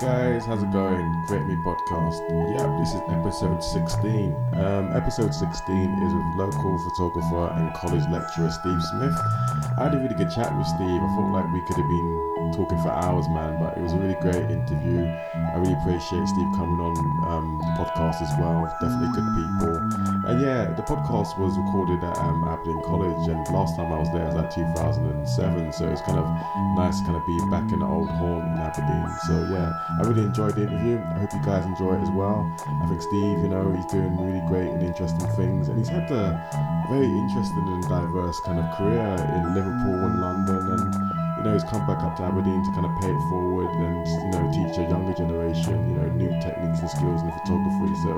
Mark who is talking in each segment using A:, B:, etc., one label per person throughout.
A: guys, how's it going? Create Me Podcast. Yeah, this is episode 16. Um, episode 16 is with local photographer and college lecturer Steve Smith. I had a really good chat with Steve. I felt like we could have been talking for hours, man, but it was a really great interview. I really appreciate Steve coming on um, the podcast as well. Definitely good people. And yeah, the podcast was recorded at um, Aberdeen College, and last time I was there was like 2007, so it's kind of nice to kind of be back in the old haunt in Aberdeen. So yeah, I really enjoyed the interview. I hope you guys enjoy it as well. I think Steve, you know, he's doing really great and interesting things, and he's had a very interesting and diverse kind of career in Liverpool and London, and you know, he's come back up to Aberdeen to kind of pay it forward and you know teach a younger generation, you know, new techniques and skills in photography. So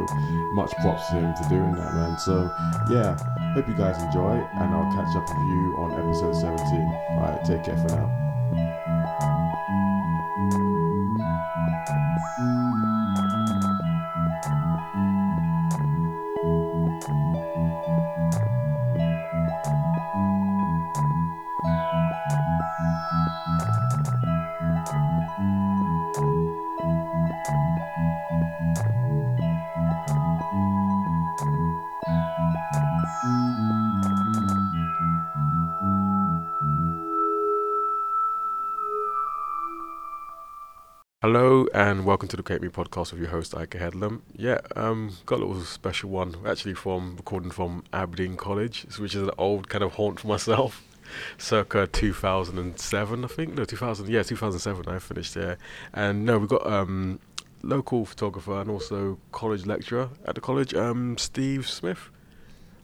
A: much props to him for doing that, man. So yeah, hope you guys enjoy, and I'll catch up with you on episode 17. All right, take care for now. Hello and welcome to the Create Me podcast with your host Ike Headlam. Yeah, um, got a little special one actually from recording from Aberdeen College, which is an old kind of haunt for myself. Circa 2007, I think. No, 2000. Yeah, 2007. I finished there, and no, we got um, local photographer and also college lecturer at the college, um, Steve Smith.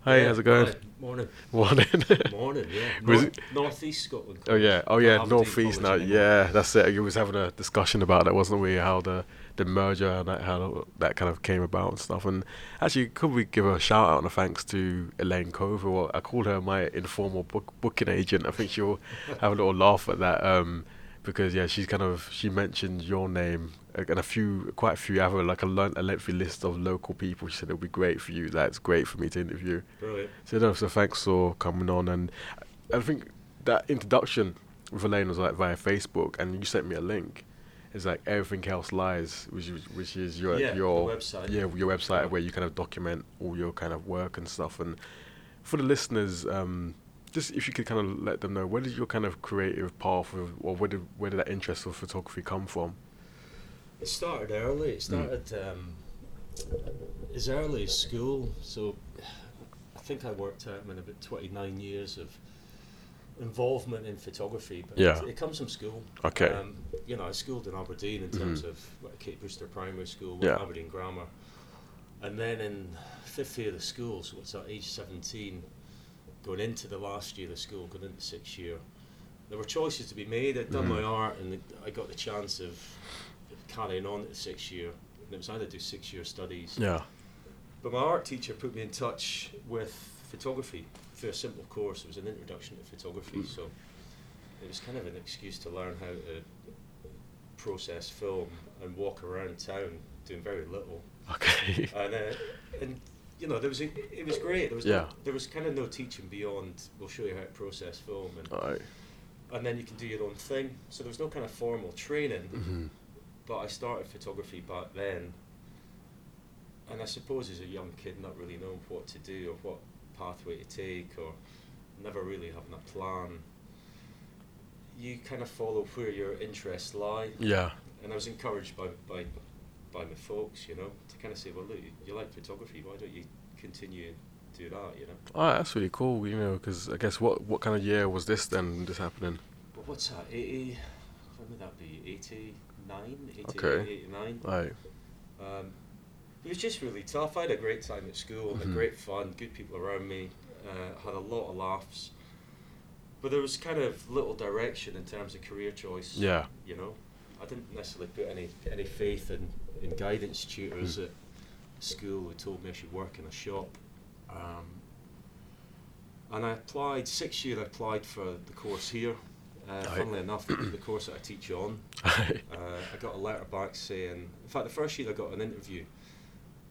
A: Hi,
B: Yeah,
A: how's it going?
B: Morning.
A: Morning.
B: Morning, yeah.
A: Was
B: North, northeast Scotland.
A: Oh yeah, oh
B: Can't
A: yeah,
B: have
A: northeast
B: deep
A: now.
B: colours anymore.
A: Yeah, that's it. We was having a discussion about that, wasn't we? How the the merger and that, how that kind of came about and stuff. And actually, could we give a shout out and a thanks to Elaine Cove? Well, I called her my informal book, booking agent. I think she'll have a little laugh at that um, because yeah, she's kind of she mentioned your name uh, and a few, quite a few other like a, lon- a lengthy list of local people. She said it'll be great for you. That's great for me to interview.
B: Brilliant.
A: So no, so thanks for coming on, and I think that introduction with Elaine was like via Facebook, and you sent me a link. It's like everything else lies, which is, which is your
B: Yeah, the
A: your
B: website.
A: yeah your website
B: Yeah.
A: where you kind of document all your kind of work and stuff. And for the listeners, um, just if you could kind of let them know where did your kind of creative path of, or where did where did that interest of photography come
B: Um,
A: from?
B: It started early.
A: Hmm.
B: It started um, as early as school. So I think I worked out I'm in about 29 years of involvement in photography. But
A: Yeah.
B: it, it comes from school.
A: Okay. Mm-hmm.
B: Um, you know, I schooled in Aberdeen in terms of like, Kate Brewster Primary School,
A: Yeah.
B: Aberdeen Grammar. And then in fifth year of the school, so it's at age 17, going into the last year of school, going into sixth year, there were choices to be made. I'd done my
A: Mm-hmm.
B: art and I got the chance of carrying on to the sixth year. And it was either do six year studies.
A: Yeah,
B: But my art teacher put me in touch with photography through a simple course. It was an introduction to photography, so it was kind of an excuse to learn how to process film and walk around town doing very little.
A: okay,
B: And uh, and you know there was a, it was great. There was
A: Yeah.
B: no, there was kind of no teaching beyond. We'll show you how to process film, and
C: Oh.
A: all right,
B: and then you can do your own thing. So there was no kind of formal training
C: Hmm.
A: Mhm.
B: but I started photography back then. And I suppose as a young kid, not really knowing what to do or what pathway to take, or never really having a plan, you kind of follow where your interests lie.
A: yeah,
B: And I was encouraged by, by, by my folks, you know, to kind of say, well, look, you- you like photography, why don't you continue and do that, you know?
C: Oh,
A: all right. That's really cool, you know, because I guess what what kind of year was this then? when This happening?
B: But what's that, 80, when would that be, 89, 88,
A: Okay.
B: 89?
A: All right.
B: Um, it was just really tough. I had a great time at school, had
A: Mhm.
B: great fun, good people around me, uh, had a lot of laughs. But there was kind of little direction in terms of career choice.
A: Yeah.
B: You know, I didn't necessarily put any any faith in, in guidance tutors
A: Hmm.
B: at school who told me I should work in a shop. Um, and I applied, six year I applied for the course here. Uh,
A: Aye.
B: funnily enough, the course that I teach on, uh, I got a letter back saying, in fact, the first year I got an interview,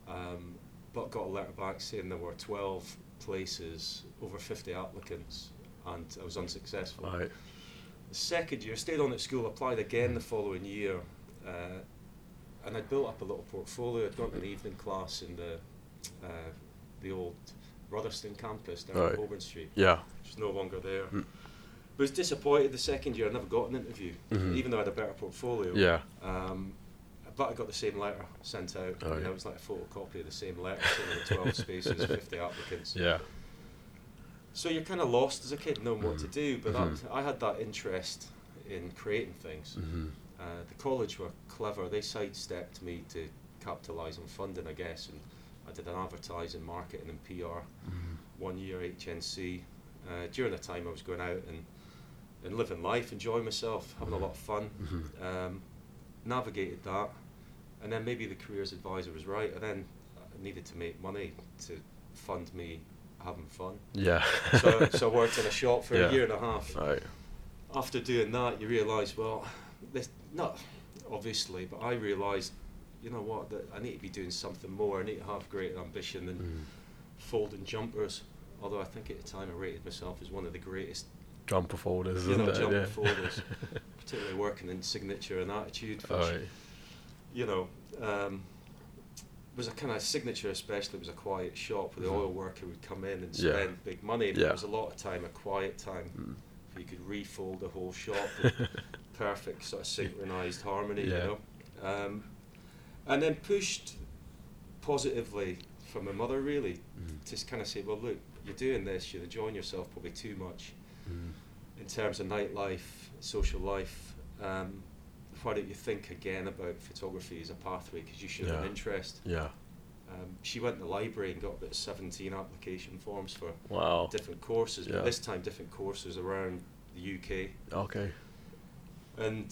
B: um, but got a letter back saying there were 12 places, over 50 applicants, and I was unsuccessful.
A: Right.
B: The second year, stayed on at school, applied again the following year, uh, and I'd built up a little portfolio. I'd gone to an evening class in the uh, the old Rotherstone campus down
C: Right.
B: at Auburn Street,
C: Yeah.
B: which is no longer there.
C: Mm.
B: Was disappointed the second year. I never got an interview,
C: Mhm.
B: even though I had a better portfolio.
C: Yeah.
B: Um, but I got the same letter sent out.
C: Oh,
B: you
C: yeah.
B: know, it was like a photocopy of the same letter, so there were 12 spaces, 50 applicants.
C: Yeah.
B: So you're kind of lost as a kid, knowing what to do. But
C: Mhm.
B: that, I had that interest in creating things.
C: Mm-hmm.
B: Uh, the college were clever. They sidestepped me to capitalise on funding, I guess, and I did an advertising, marketing, and PR
C: mm-hmm,
B: one year at HNC. Uh, during the time, I was going out and and living life, enjoying myself, having a
C: Mm-hmm.
B: lot of fun. Um, navigated that, and then maybe the careers advisor was right. I then I needed to make money to fund me having fun.
C: Yeah.
B: So, so I worked in a shop for
C: Yeah.
B: a year and a half
C: Right.
B: after doing that, you realise, well, this not obviously, but I realised, you know what, that I need to be doing something more. I need to have greater ambition than
C: Mm.
B: folding jumpers. Although I think at the time I rated myself as one of the greatest,
C: Jumper folders,
B: You know,
C: isn't it?
B: jumper
C: yeah.
B: folders. particularly working in signature and attitude fashion.
C: Alright.
B: You know, um, was a kind of signature, especially was a quiet shop where the
C: Mhm.
B: oil worker would come in and
C: Yeah.
B: spend big money. But
C: Yeah.
B: It was a lot of time, a quiet time.
C: Mm.
B: where You could refold the whole shop. with perfect sort of synchronized harmony,
C: Yeah.
B: you know. Um, and then pushed positively from my mother, really,
C: Mm.
B: to kind of say, well, look, you're doing this, you're enjoying yourself probably too much
C: Mm.
B: in terms of nightlife, social life. Um, why don't you think again about photography as a pathway because you should have
C: Yeah.
B: an interest?
C: Yeah.
B: Um, she went to the library and got about 17 application forms for
C: Wow.
B: different courses,
C: Yeah.
B: but this time different courses around the UK.
C: Okay.
B: And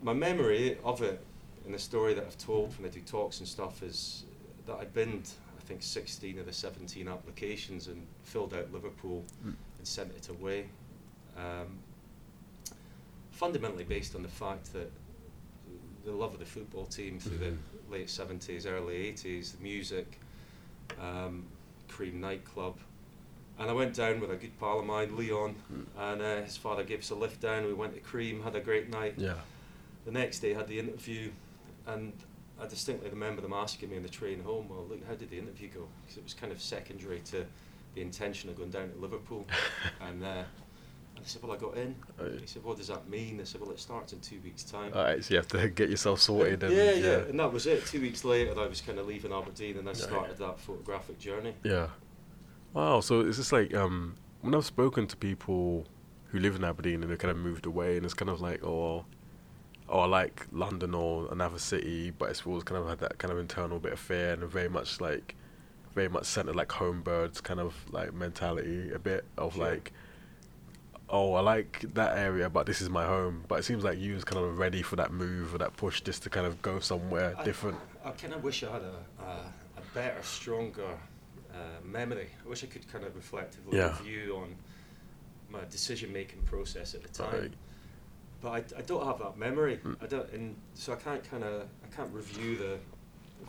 B: my memory of it and the story that I've told when I do talks and stuff is that I binned, I think, 16 of the 17 applications and filled out Liverpool
C: Mm.
B: and sent it away. Um, fundamentally based on the fact that the love of the football team through
C: Mhm.
B: the late 70s, early 80s, the music, um, Cream nightclub. And I went down with a good pal of mine, Leon,
C: Mm.
B: and uh, his father gave us a lift down. We went to Cream, had a great night.
C: Yeah.
B: The next day, had the interview, and I distinctly remember them asking me on the train home, "Well, look, how did the interview go?" Because it was kind of secondary to the intention of going down to Liverpool. and uh, and I said, "Well, I got in."
C: Right.
B: He said, "What does that mean?" I said, "Well, it starts in two weeks' time."
C: Alright, so you have to get yourself sorted. And,
B: yeah, yeah,
C: yeah.
B: and that was it. Two weeks later, I was kind of leaving Aberdeen, and I
C: Right.
B: started that photographic journey.
C: Yeah. Wow. So it's just like um, when I've spoken to people who live in Aberdeen and they kind of moved away, and it's kind of like, oh, oh, I like London or another city, but it's always kind of had that kind of internal bit of fear and very much like, very much centered like home birds kind of like mentality, a bit of
B: Sure.
C: like. Oh, I like that area, but this is my home. But it seems like you was kind of ready for that move or that push, just to kind of go somewhere
B: I-
C: uh, different.
B: I kind of wish I had a, a, a better, stronger uh, memory. I wish I could kind of reflectively
C: Yeah.
B: review on my decision making process at the time.
C: Right.
B: But I, I don't have that memory.
C: Mm.
B: I don't, and so I can't kind of I can't review the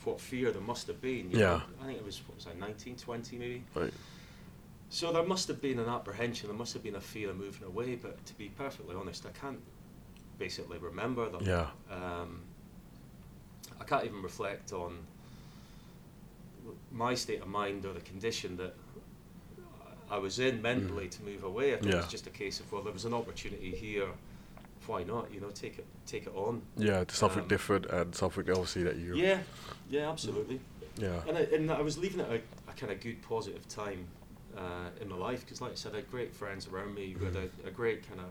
B: what fear there must have been. you
C: Yeah.
B: know. I think it was what was I 19, 20 maybe.
C: Right.
B: So there must have been an apprehension. There must have been a fear of moving away. But to be perfectly honest, I can't basically remember them.
C: Yeah.
B: Um, I can't even reflect on my state of mind or the condition that I was in mentally to move away. I think it
C: Mm. Yeah.
B: was just a case of well, there was an opportunity here. Why not? You know, take it, take it on.
C: Yeah, to something
B: Um,
C: different and something obviously that you.
B: Yeah, yeah, absolutely.
C: Yeah.
B: And I, and I was leaving at a, a kind of good positive time uh, in my life because, like I said, I had great friends around me. We had a, a great kind of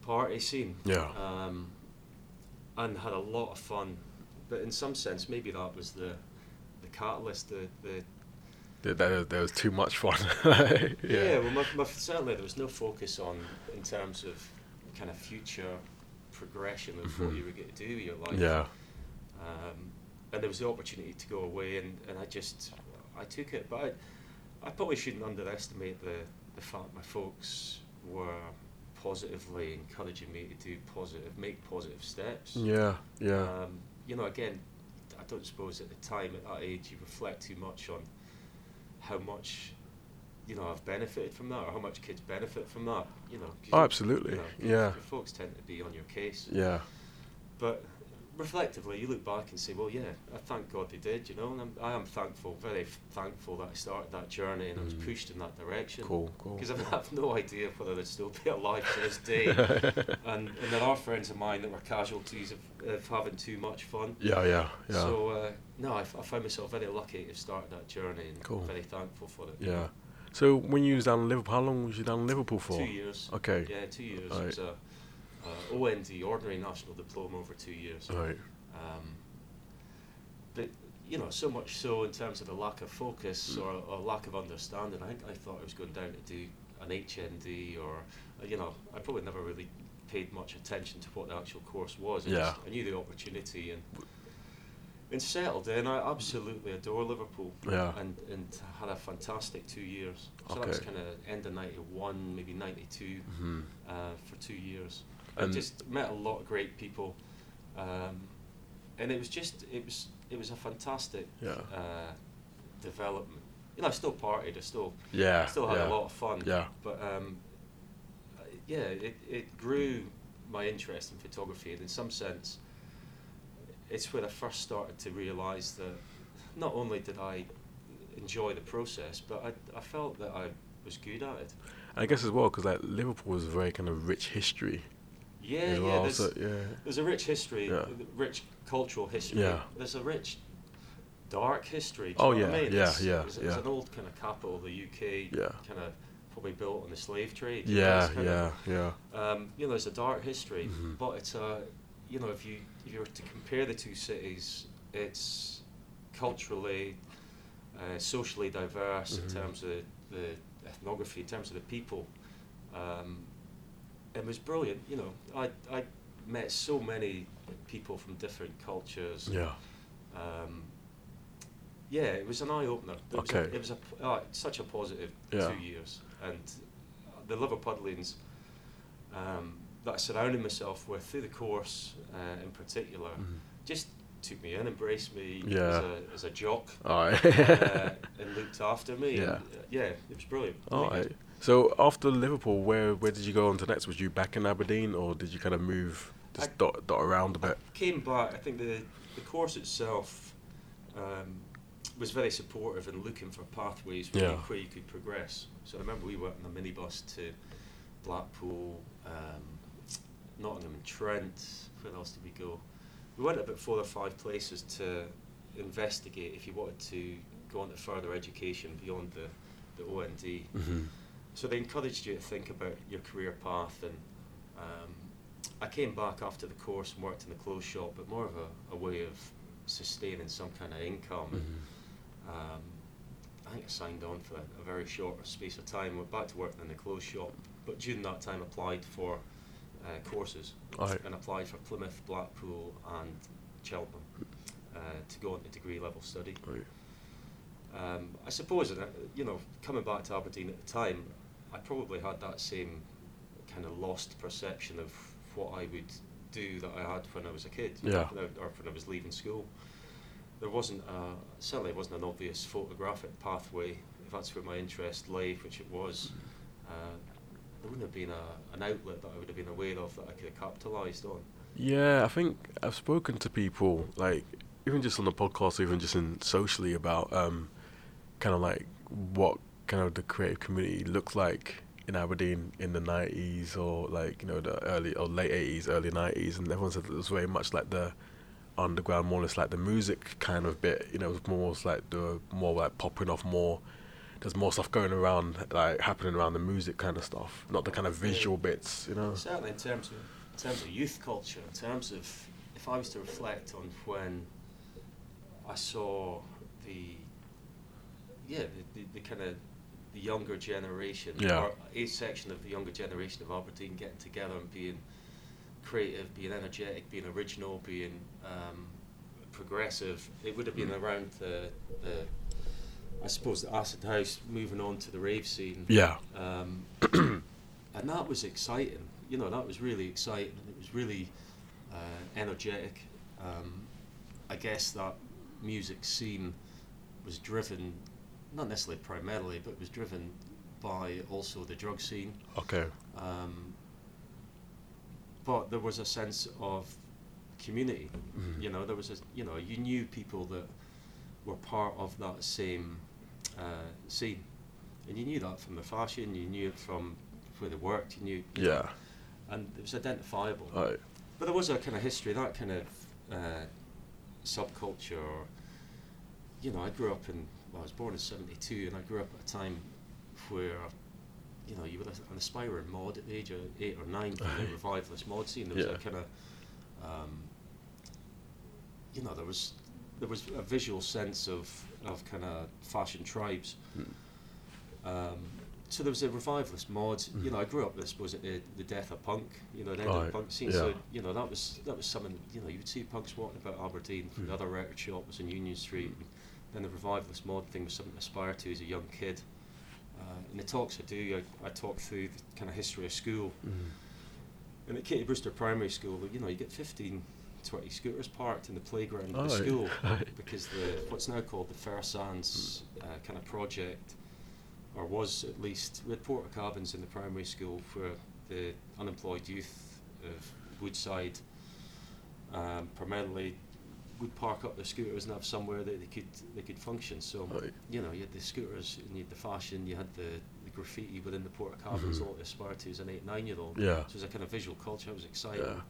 B: party scene.
C: Mm-hmm. Yeah.
B: Um, and had a lot of fun. But in some sense, maybe that was the the catalyst. The, the
C: There, there, there was too much fun.
B: yeah.
C: yeah.
B: well, my, my, certainly there was no focus on in terms of kind of future progression of what
C: Mhm.
B: you were going to do with your life.
C: Yeah.
B: um, and there was the opportunity to go away, and, and I just I took it. But I, I probably shouldn't underestimate the the fact my folks were positively encouraging me to do positive, make positive steps.
C: Yeah. Yeah.
B: Um, you know, again, I don't suppose at the time at that age you reflect too much on how much you know I've benefited from that, or how much kids benefit from that. You know, 'cause
C: Oh,
B: you-
C: absolutely.
B: you know,
C: Yeah.
B: Your folks tend to be on your case.
C: Yeah.
B: But reflectively, you look back and say, well, yeah, I thank God they did, you know, and I'm, I am thankful, very f- thankful that I started that journey and I was
C: Mm.
B: pushed in that direction.
C: Cool, cool.
B: Because I have no idea whether they'd still be alive to this day. and, and there are friends of mine that were casualties of, of having too much fun.
C: Yeah, yeah, yeah.
B: So, uh, no, I, f- I found myself very lucky to have started that journey and
C: Cool.
B: very thankful for it.
C: yeah. So when you was down in Liverpool, how long was you down in Liverpool for?
B: Two years.
C: Okay.
B: Yeah, two years.
C: Right.
B: It was a, a OND, Ordinary National Diploma, over two years.
C: Right.
B: Um, but you know, so much so in terms of a lack of focus or,
C: Mm.
B: or lack of understanding. I think I thought I was going down to do an HND or uh, you know, I probably never really paid much attention to what the actual course was. I,
C: Yeah.
B: just- I knew the opportunity and and settled in. I absolutely adore Liverpool
C: Yeah.
B: and and had a fantastic two years. So that was
C: Okay.
B: kind of end of ninety one, maybe ninety two
C: hmm
B: uh, for two years.
C: And-
B: I just met a lot of great people, um, and it was just it was it was a fantastic
C: Yeah.
B: uh, development. You know, I still partied, I still
C: Yeah.
B: still had
C: yeah.
B: a lot of fun.
C: Yeah.
B: But um, uh, yeah, it it grew my interest in photography, and in some sense, it's where I first started to realise that not only did I enjoy the process, but I I felt that I was good at it.
C: I guess as well because like Liverpool is a very kind of rich history
B: Yeah,
C: as
B: yeah.
C: well.
B: there's-
C: so yeah.
B: There's a rich history,
C: Yeah.
B: rich cultural history.
C: Yeah.
B: There's a rich dark history. Do you
C: Oh,
B: know what
C: yeah,
B: I mean?
C: yeah,
B: There's-
C: yeah,
B: There's, there's
C: yeah.
B: an old kind of capital of the UK,
C: Yeah.
B: kind of probably built on the slave trade. you know,
C: Yeah.
B: it's kind
C: Yeah.
B: of-
C: Yeah.
B: um, you know, there's a dark history,
C: Mhm.
B: but it's a, you know, if you if you were to compare the two cities, it's culturally, uh, socially diverse
C: Mhm.
B: in terms of the ethnography, in terms of the people. Um, it was brilliant. You know, I I met so many people from different cultures.
C: Yeah.
B: Um, yeah, it was an eye opener. It was
C: Okay.
B: a, it was a p- uh, such a positive
C: Yeah.
B: two years, and the Liverpudlians um, that I surrounded myself with through the course, uh, in particular,
C: Mhm.
B: just took me in, embraced me
C: Yeah.
B: as, a, as a jock,
C: All right.
B: uh, and looked after me.
C: Yeah.
B: and, uh, yeah, it was brilliant.
C: All
B: Really
C: right.
B: good.
C: So after Liverpool, where where did you go on to next? Was you back in Aberdeen, or did you kind of move just
B: I-
C: dot dot around a
B: I
C: bit?
B: came back. I think the the course itself um, was very supportive in looking for pathways where, you,
C: Yeah.
B: where you could progress. So I remember we went on a minibus to Blackpool, um, Nottingham and Trent. Where else did we go? We went about four or five places to investigate if you wanted to go on to further education beyond the the OND.
C: Mm-hmm.
B: So they encouraged you to think about your career path, and um, I came back after the course and worked in the clothes shop, but more of a, a way of sustaining some kind of income.
C: Mm-hmm.
B: Um, I think I signed on for a, a very short space of time. Went back to working in the clothes shop, but during that time applied for uh, courses
C: Aye.
B: and applied for Plymouth, Blackpool, and Cheltenham uh, to go into degree level study.
C: Right.
B: Um, I suppose, uh, you know, coming back to Aberdeen at the time, I probably had that same kind of lost perception of what I would do that I had when I was a kid,
C: Yeah.
B: when I- or when I was leaving school. There wasn't a, certainly wasn't an obvious photographic pathway. If that's where my interest lay, which it was, uh, there wouldn't have been a, an outlet that I would have been aware of that I could have capitalised on.
C: Yeah, I think I've spoken to people like even just on the podcast, or even just in socially about um, kind of like what kind of the creative community looked like in Aberdeen in the nineties or like you know the early or late eighties, early nineties, and everyone said it was very much like the underground, more or less like the music kind of bit. You know, it was more or less like the more like popping off more. There's more stuff going around, like happening around the music kind of stuff, not the kind of
B: Yeah.
C: visual bits, you know.
B: Certainly, in terms of in terms of youth culture, in terms of if I was to reflect on when I saw the yeah the, the, the kind of the younger generation
C: Yeah.
B: or a section of the younger generation of Aberdeen getting together and being creative, being energetic, being original, being um, progressive. It would have been
C: Hmm.
B: around the, the I suppose the acid house moving on to the rave scene.
C: Yeah.
B: Um, and that was exciting. You know, that was really exciting. It was really uh, energetic. Um, I guess that music scene was driven, not necessarily primarily, but was driven by also the drug scene.
C: Okay.
B: Um, but there was a sense of community.
C: Mhm.
B: You know, there was a you know you knew people that were part of that same uh, scene, and you knew that from the fashion, you knew it from where they worked, you knew,
C: Yeah.
B: and it was identifiable.
C: Alright.
B: But there was a kind of history, that kind of uh, subculture. Or, you know, I grew up in, well, I was born in 72, and I grew up at a time where, you know, you were an aspiring mod at the age of eight or nine when they revived this mod scene. There was
C: Yeah.
B: a kind of, um, you know, there was there was a visual sense of, of kind of fashion tribes.
C: Mm.
B: Um, so there was a revivalist mod. You
C: Mhm.
B: know, I grew up, I suppose, at the, the death of punk. You know, the end of
C: Right,
B: the punk scene. So
C: yeah.
B: you know that was that was something. You know, you'd see punks walking about Aberdeen.
C: Mm.
B: The other record shop was in Union Street.
C: Hmm.
B: And then the revivalist mod thing was something to aspire to as a young kid. Uh, in the talks I do, I, I talk through the kind of history of school. And at Katie Brewster Primary School, you know, you get 15, 20 scooters parked in the playground of the
C: Aye,
B: school
C: aye.
B: because the what's now called the Fair Sands uh, kind of project, or was at least, we had porta cabins in the primary school where the unemployed youth of Woodside um, primarily would park up their scooters and have somewhere that they could they could function. So
C: Aye.
B: you know, you had the scooters and you had the fashion, you had the, the graffiti within the porta cabins,
C: Mhm.
B: all to aspire to as an eight, nine year old.
C: Yeah.
B: So it was a kind of visual culture. It was exciting.
C: Yeah.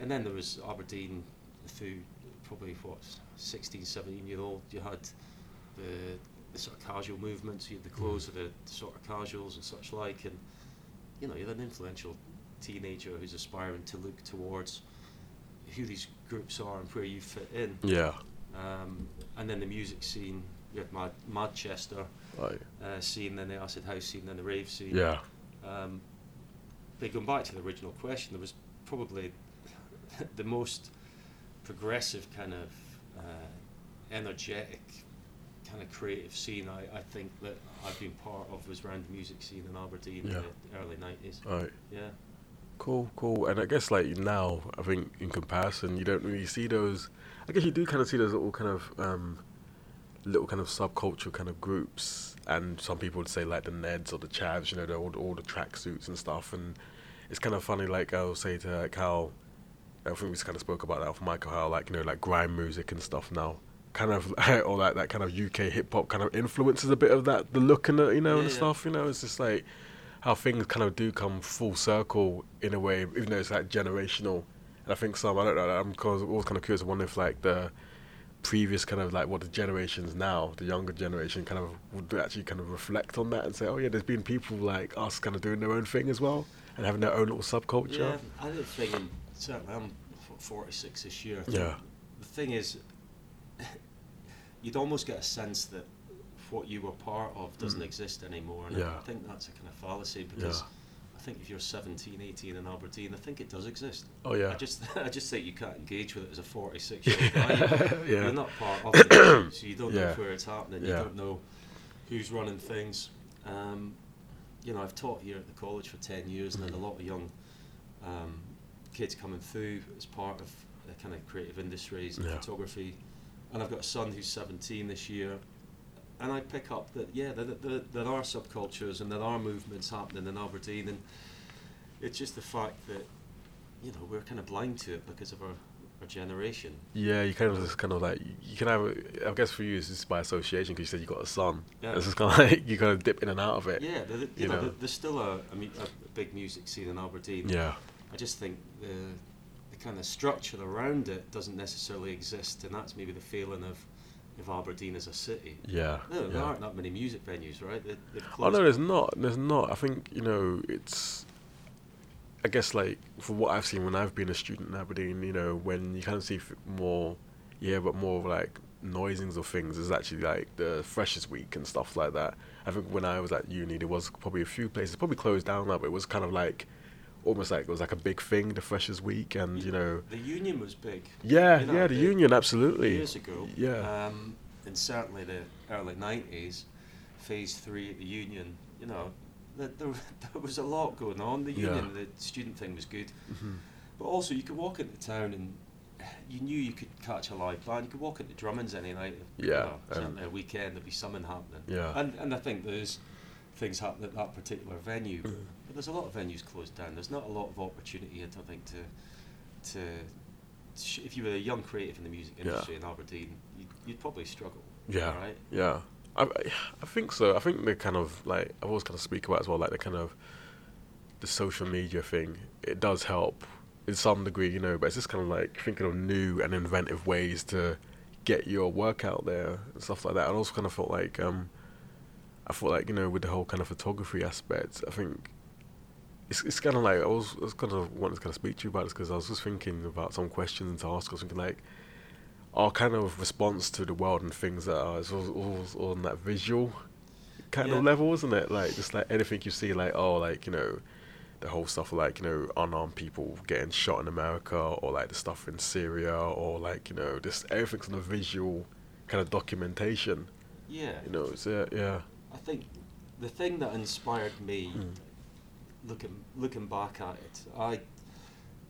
B: And then there was Aberdeen through probably what 16, 17 year old. You had the, the sort of casual movements. You had the
C: Mm.
B: clothes of the sort of casuals and such like. And you know, you're an influential teenager who's aspiring to look towards who these groups are and where you fit in.
C: Yeah.
B: Um, and then the music scene. You had Mad- Madchester
C: Aye.
B: uh, scene, then the acid house scene, then the rave scene.
C: Yeah.
B: Um, but going back to the original question, there was probably the most progressive kind of uh, energetic kind of creative scene I, I think that I've been part of was around the music scene in Aberdeen
C: Yeah.
B: in the early 90s.
C: Aye.
B: Yeah.
C: Cool, cool. And I guess like now, I think in comparison, you don't really see those. I guess you do kind of see those little kind of um, little kind of subculture kind of groups, and some people would say like the Neds or the Chavs, you know, the, all, all the tracksuits and stuff. And it's kind of funny, like I'll say to like how I think we just kind of spoke about that with Michael, how like you know like grime music and stuff now. Kind of, or like that kind of UK hip hop kind of influences a bit of that, the look and the, you know,
B: Yeah,
C: and
B: yeah.
C: stuff, you know, it's just like, how things kind of do come full circle in a way, even though it's like generational. And I think some, I don't know, I'm cause- always kind of curious, wondering if like the previous kind of like what the generations now, the younger generation kind of would actually kind of reflect on that and say, oh yeah, there's been people like us kind of doing their own thing as well and having their own little subculture.
B: Yeah, I did think, and certainly I'm f- 46 this year.
C: Yeah.
B: The thing is, you'd almost get a sense that what you were part of doesn't
C: Mm.
B: exist anymore. And I
C: Yeah.
B: think that's a kind of fallacy
C: Yeah.
B: because I think if you're 17, 18 in Aberdeen, I think it does exist.
C: Oh yeah.
B: I just I just think you can't engage with it as a 46 year old guy.
C: Yeah.
B: You're not part of it, so you don't know
C: Yeah.
B: where it's happening.
C: Yeah.
B: You don't know who's running things. Um, you know, I've taught here at the college for 10 years, and then
C: Mm-hmm.
B: a lot of young um, kids coming through as part of the kind of creative industries and
C: Yeah.
B: photography. And I've got a son who's 17 this year, and I pick up that yeah, there, there, there are subcultures and there are movements happening in Aberdeen, and it's just the fact that you know we're kind of blind to it because of our, our generation.
C: Yeah, you kind of just kind of like you can have. a- I guess for you, it's just by association because you said you got a son.
B: Yeah.
C: It's just kind of like you kind of dip in and out of it.
B: Yeah, there, there- you,
C: you
B: know,
C: know.
B: there, there's still a, I mean, a a big music scene in Aberdeen.
C: Yeah.
B: I just think the the kind of structure around it doesn't necessarily exist, and that's maybe the feeling of of Aberdeen as a city.
C: Yeah.
B: No, there
C: yeah.
B: aren't that many music venues, right? They, they've
C: Oh
B: closed.
C: no, there's not. There's not. I think you know it's. I guess like for what I've seen when I've been a student in Aberdeen, you know, when you kind of see f- more, yeah, but more of like noisings of things is actually like the freshest week and stuff like that. I think when I was at uni, there was probably a few places probably closed down now, but it was kind of like, almost like it was like a big thing, the freshers week, and um, you know,
B: the union was big.
C: yeah,
B: You know,
C: yeah, the, union, absolutely,
B: Years ago.
C: yeah,
B: Um, and certainly the early 90s, phase three at the union, you know, there, there, there was a lot going on. The
C: Yeah.
B: union, the student thing was good.
C: Mhm.
B: But also, you could walk into town and you knew you could catch a live band. You could walk into Drummond's any night. you
C: Yeah,
B: know,
C: and-
B: certainly a weekend, there'd be something happening.
C: Yeah.
B: And, and I think there's things happening at that particular venue.
C: Mm.
B: But there's a lot of venues closed down. There's not a lot of opportunity, I don't think, to to sh- if you were a young creative in the music
C: Yeah.
B: industry in Aberdeen, you'd, you'd probably struggle.
C: Yeah.
B: Right?
C: Yeah, I, I- I think so. I think the kind of like I've always kind of speak about as well, like the kind of the social media thing. It does help in some degree, you know, but it's just kind of like thinking of new and inventive ways to get your work out there and stuff like that. And I also kind of felt like um, I thought like you know with the whole kind of photography aspect, I think. It's, it's kind of like I was, I was kind of wanting to kind of speak to you about this because I was just thinking about some questions to ask. I was thinking like, our kind of response to the world and things that are it's all, all on that visual kind
B: Yeah.
C: of level, isn't it? Like just like anything you see, like oh, like you know, the whole stuff like you know unarmed people getting shot in America, or like the stuff in Syria, or like you know just everything's on a visual kind of documentation.
B: Yeah.
C: You know, it's yeah, yeah,
B: I think the thing that inspired me,
C: Mm.
B: looking looking back at it, I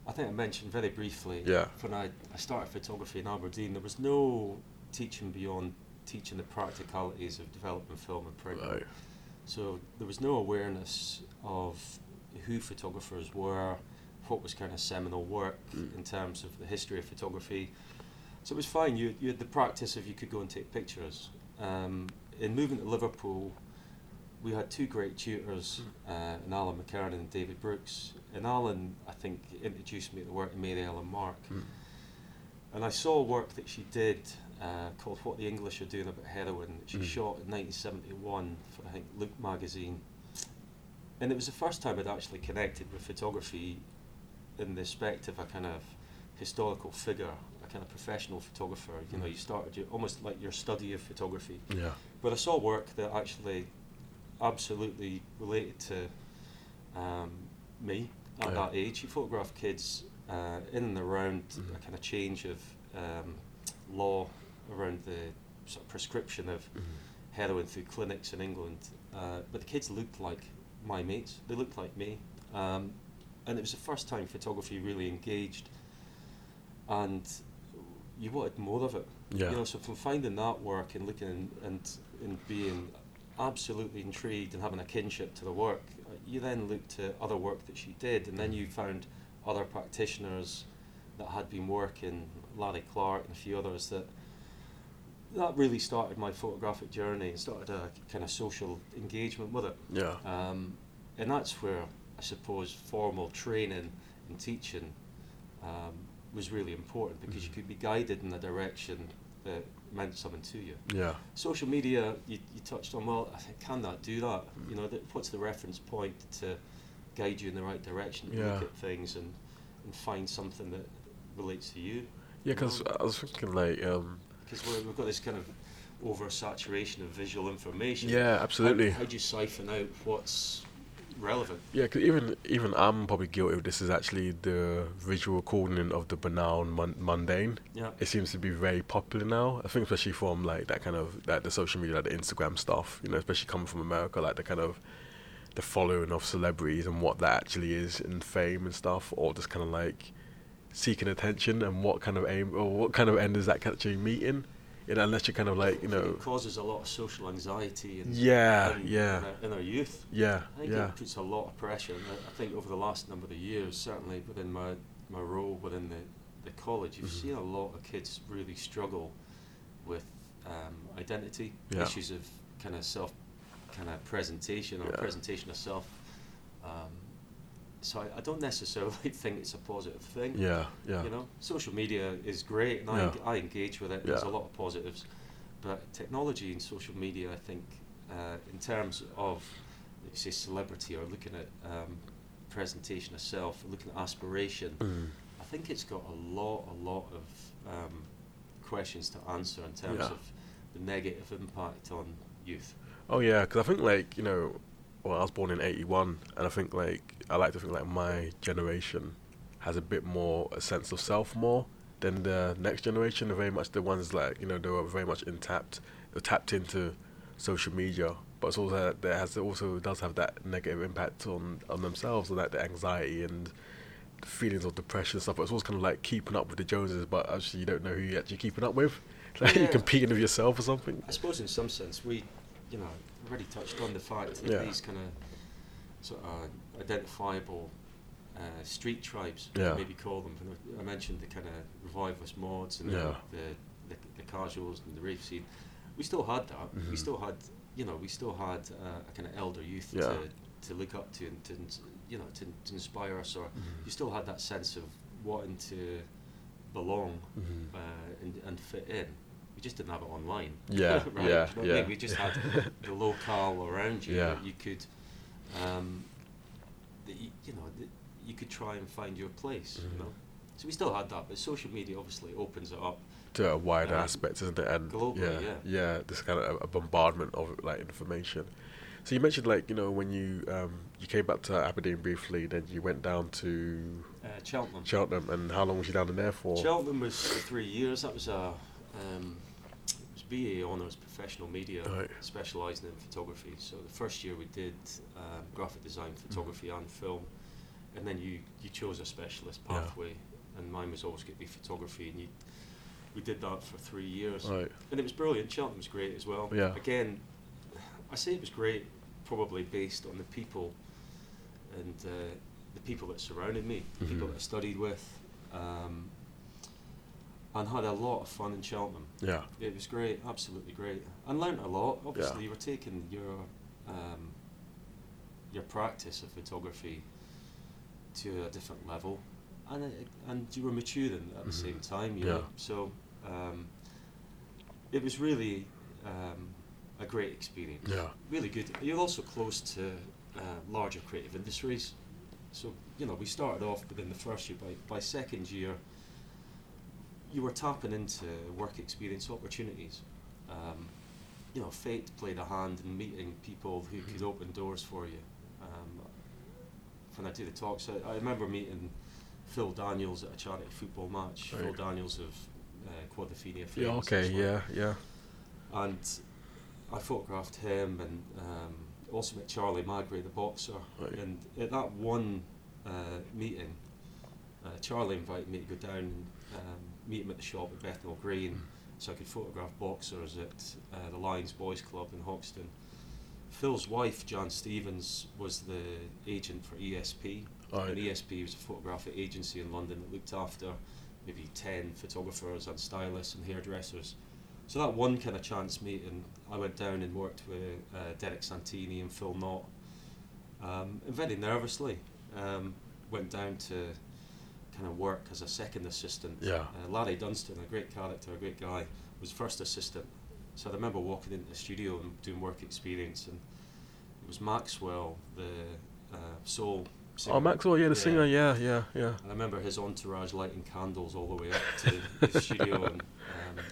B: I think I mentioned very briefly
C: Yeah.
B: when I, I started photography in Aberdeen, there was no teaching beyond teaching the practicalities of developing film and print.
C: like,
B: So there was no awareness of who photographers were, what was kind of seminal work
C: Mm.
B: in terms of the history of photography. So it was fine. You, you had the practice of you could go and take pictures. Um, in moving to Liverpool, we had two great tutors, uh, in Alan McCarran and David Brooks. And Alan, I think, introduced me to the work of Mary Ellen Mark.
C: Mm.
B: And I saw work that she did uh, called What the English Are Doing About Heroin that she
C: Mm.
B: shot in 1971 for, I think, Look magazine. And it was the first time I'd actually connected with photography in the respect of a kind of historical figure, a kind of professional photographer. You know,
C: Mm.
B: you started your, almost like your study of photography.
C: yeah,
B: But I saw work that actually absolutely related to um, me at
C: Yeah.
B: that age. He photographed kids uh, in and around
C: Mhm.
B: a kind of change of um, law around the sort of prescription of
C: mm,
B: heroin through clinics in England. Uh, but the kids looked like my mates, they looked like me. Um, and it was the first time photography really engaged. And you wanted more of it.
C: yeah,
B: You know, so from finding that work and looking and, and, and being absolutely intrigued and having a kinship to the work, uh, you then looked to other work that she did, and then you found other practitioners that had been working, Larry Clark and a few others that that really started my photographic journey and started a kind of social engagement with it.
C: yeah,
B: Um, and that's where I suppose formal training and teaching um, was really important because
C: Mhm.
B: you could be guided in a direction that meant something to you.
C: yeah,
B: Social media, you, you touched on, well, I think, can that do that?
C: Mm.
B: You know, that, what's the reference point to guide you in the right direction to
C: Yeah.
B: look at things and, and find something that relates to you?
C: yeah. Because I was thinking like, um,
B: Because we've got this kind of oversaturation of visual information.
C: yeah,
B: How-
C: absolutely.
B: How, do you siphon out what's relevant?
C: Yeah, 'cause even even I'm probably guilty of this. Is actually the visual recording of the banal and mun- mundane.
B: Yeah.
C: It seems to be very popular now. I think especially from like that kind of like the social media, like the Instagram stuff. You know, especially coming from America, like the kind of the following of celebrities and what that actually is and fame and stuff, or just kind of like seeking attention and what kind of aim or what kind of end is that actually meeting? You know, unless you're kind of like you know,
B: it causes a lot of social anxiety and
C: yeah,
B: in, in,
C: yeah,
B: our, in our youth.
C: yeah,
B: I think
C: yeah,
B: it puts a lot of pressure. And I- I think over the last number of years, certainly within my, my role within the, the college, you've
C: Mhm.
B: seen a lot of kids really struggle with um, identity
C: Yeah.
B: issues of kind of self, kind of presentation or
C: Yeah.
B: presentation of self. Um, so I, I don't necessarily think it's a positive thing.
C: yeah, yeah,
B: You know, social media is great, and I,
C: Yeah.
B: eng- I engage with it. There's
C: Yeah.
B: a lot of positives, but technology and social media, I think, uh, in terms of, like you say, celebrity or looking at um, presentation of self, looking at aspiration,
C: Mm.
B: I think it's got a lot, a lot of um, questions to answer in terms
C: Yeah.
B: of the negative impact on youth.
C: Oh yeah, because I think like you know, well I was born in '81, and I think like I like to think like my generation has a bit more a sense of self more than the next generation. They're very much the ones like you know they were very much in tapped, they're tapped into social media, but it's also that there has also does have that negative impact on on themselves and that the anxiety and feelings of depression and stuff. But it's also kind of like keeping up with the Joneses, but actually you don't know who you're actually keeping up with. Like
B: Yeah.
C: you're competing with yourself or something.
B: I suppose in some sense we, you know, already touched on the fact that
C: Yeah.
B: these kind of sort of identifiable uh, uh, street tribes,
C: Yeah.
B: maybe call them. And I- I mentioned the kind of revivalist mods and
C: Yeah.
B: the, the, the casuals and the rave scene. We still had that. We
C: Mhm.
B: still had, you know, we still had uh, a kind of elder youth
C: Yeah.
B: to, to look up to and to, ins- you know, to, to inspire us. Or you still had that sense of wanting to belong
C: Mm-hmm.
B: uh, and, and fit in. We just didn't have it online.
C: Yeah,
B: right?
C: yeah,
B: You know what I
C: yeah.
B: mean? We just had the locale around you
C: Yeah.
B: that you could, um, that you, you know, that you could try and find your place.
C: Mhm.
B: You know, so we still had that, but social media obviously opens it up.
C: To a wider
B: Uh,
C: aspect, isn't it? And
B: globally,
C: yeah,
B: yeah.
C: this kind of a, a bombardment of like information. So you mentioned like you know when you um, you came back to Aberdeen briefly, then you went down to
B: Uh, Cheltenham.
C: Cheltenham, and how long was you down in there for?
B: Cheltenham was for three years. That was a um, it was BA honours professional media,
C: Right.
B: specialising in photography. So the first year we did um, graphic design,
C: Mm.
B: photography, and film, and then you you chose a specialist
C: Yeah.
B: pathway, and mine was always going to be photography, and you. We did that for three years,
C: Right.
B: and it was brilliant. Cheltenham was great as well.
C: Yeah.
B: Again, I say it was great, probably based on the people and uh, the people that surrounded me, the people
C: Mhm.
B: that I studied with, um, and had a lot of fun in Cheltenham.
C: Yeah.
B: It was great, absolutely great, and learnt a lot. Obviously, you were taking your um, your practice of photography to a different level, and it, and you were maturing at
C: Mhm.
B: the same time. You
C: Yeah.
B: know? So um, it was really um, a great experience.
C: Yeah.
B: Really good. You're also close to uh, larger creative industries. So, you know, we started off within the first year. By, by second year, you were tapping into work experience opportunities. Um, you know, fate played a hand in meeting people who
C: Mm-hmm.
B: could open doors for you. Um, when I do the talks, I, I remember meeting Phil Daniels at a charity football match. Phil
C: Right.
B: Daniels of uh, Quadrophenia fame
C: Yeah.
B: and such
C: Okay.
B: like
C: Yeah. Yeah.
B: and I photographed him and um, also met Charlie Magri, the boxer.
C: Right.
B: And at that one uh, meeting, uh, Charlie invited me to go down and um, meet him at the shop at Bethnal Green so I could photograph boxers at uh, the Lions Boys Club in Hoxton. Phil's wife, Jan Stevens, was the agent for E ESP.
C: Right.
B: And ESP was a photographic agency in London that looked after maybe 10 photographers and stylists and hairdressers. So that one kind of chance meeting, I went down and worked with uh, Derek Santini and Phil Knott. Um, and very nervously um, went down to kind of work as a second assistant.
C: Yeah.
B: Uh, Larry Dunstan, a great character, a great guy, was first assistant. So I remember walking into the studio and doing work experience, and it was Maxwell, the uh, soul singer.
C: Oh, Maxwell. Yeah, the singer. Yeah. Yeah. Yeah.
B: And I remember his entourage lighting candles all the way up to the studio, and um,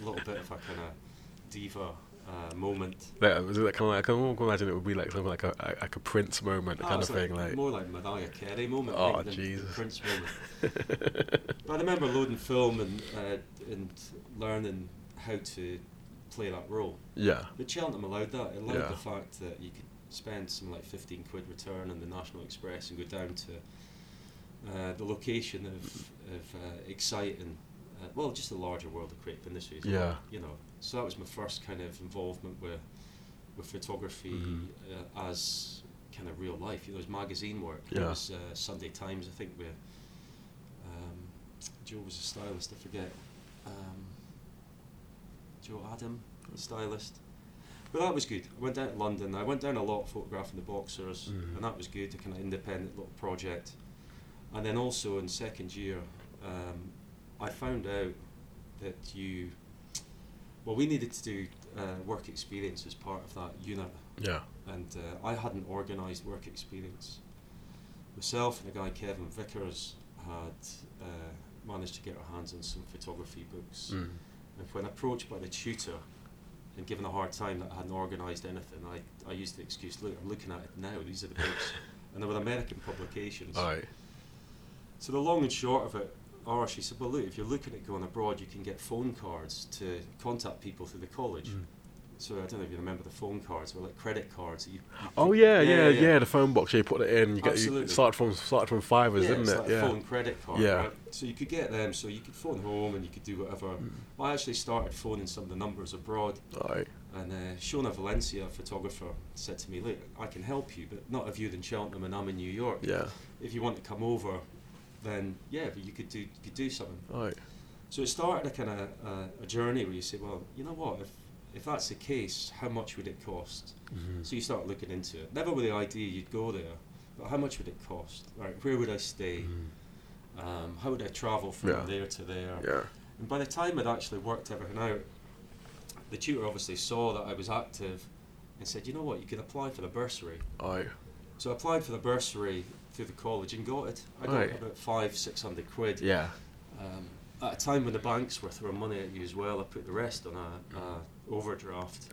B: a little bit of a kind of diva uh, moment.
C: Like, was it like kind of like I can almost imagine it would be like something like a a- like a Prince moment
B: Ah,
C: kind
B: it's
C: of thing. Like,
B: more like Mariah Carey moment.
C: Oh,
B: I think, than
C: Jesus.
B: Prince moment. but I remember loading film and uh, and learning how to play that role.
C: yeah.
B: But Cheltenham allowed that. It allowed
C: Yeah.
B: the fact that you could spend some like 15 quid return on the National Express and go down to uh, the location of, of uh, exciting, uh, well, just the larger world of creative industry as
C: Yeah.
B: well. You know, so that was my first kind of involvement with, with photography
C: Mhm.
B: uh, as kind of real life. You know, it was magazine work. It
C: Yeah.
B: was uh, Sunday Times, I think, where um, Joe was a stylist, I forget. Um, Joe Adam, the stylist. But that was good. I went down to London. I went down a lot photographing the boxers,
C: Mhm.
B: and that was good, a kind of independent little project. And then also in second year, um, I found out that you, well, we needed to do uh, work experience as part of that unit,
C: Yeah.
B: and uh, I hadn't organised work experience. Myself and a guy, Kevin Vickers, had uh, managed to get our hands on some photography books.
C: Mm.
B: And when approached by the tutor and given a hard time that I hadn't organised anything, I, I used the excuse, look, I'm looking at it now, these are the books. and they were American publications.
C: All right.
B: So the long and short of it are, she
C: Mm.
B: said, well, look, if you're looking at going abroad, you can get phone cards to contact people through the college. So I don't know if you remember the phone cards were like credit cards. That you, you
C: Oh
B: could-
C: yeah, yeah, yeah, The phone box. Yeah, you put it in. You get you
B: Absolutely.
C: start from start from fivers,
B: yeah,
C: didn't
B: it's
C: it?
B: Like
C: yeah.
B: A phone credit card.
C: Yeah.
B: Right? So you could get them. So you could phone home and you could do whatever.
C: Mm.
B: Well, I actually started phoning some of the numbers abroad,
C: Alright.
B: and uh, Shona Valencia, a photographer, said to me, "Look, I can help you, but not if you're in Cheltenham and I'm in New York.
C: Yeah.
B: If you want to come over, then yeah, but you could do you could do something."
C: Alright.
B: So it started a kind of uh, a journey where you say, "Well, you know what? If if that's the case, how much would it cost?"
C: Mhm.
B: So you start looking into it. Never with the idea you'd go there, but how much would it cost? Like, where would I stay?
C: Mhm.
B: Um, how would I travel from
C: Yeah.
B: there to there?
C: Yeah.
B: And by the time I'd actually worked everything out, the tutor obviously saw that I was active and said, you know what, you could apply for the bursary.
C: Alright.
B: So I applied for the bursary through the college and got it. I got
C: Right.
B: about five, six hundred quid.
C: Yeah.
B: Um, at a time when the banks were throwing money at you as well, I put the rest on a, a overdraft.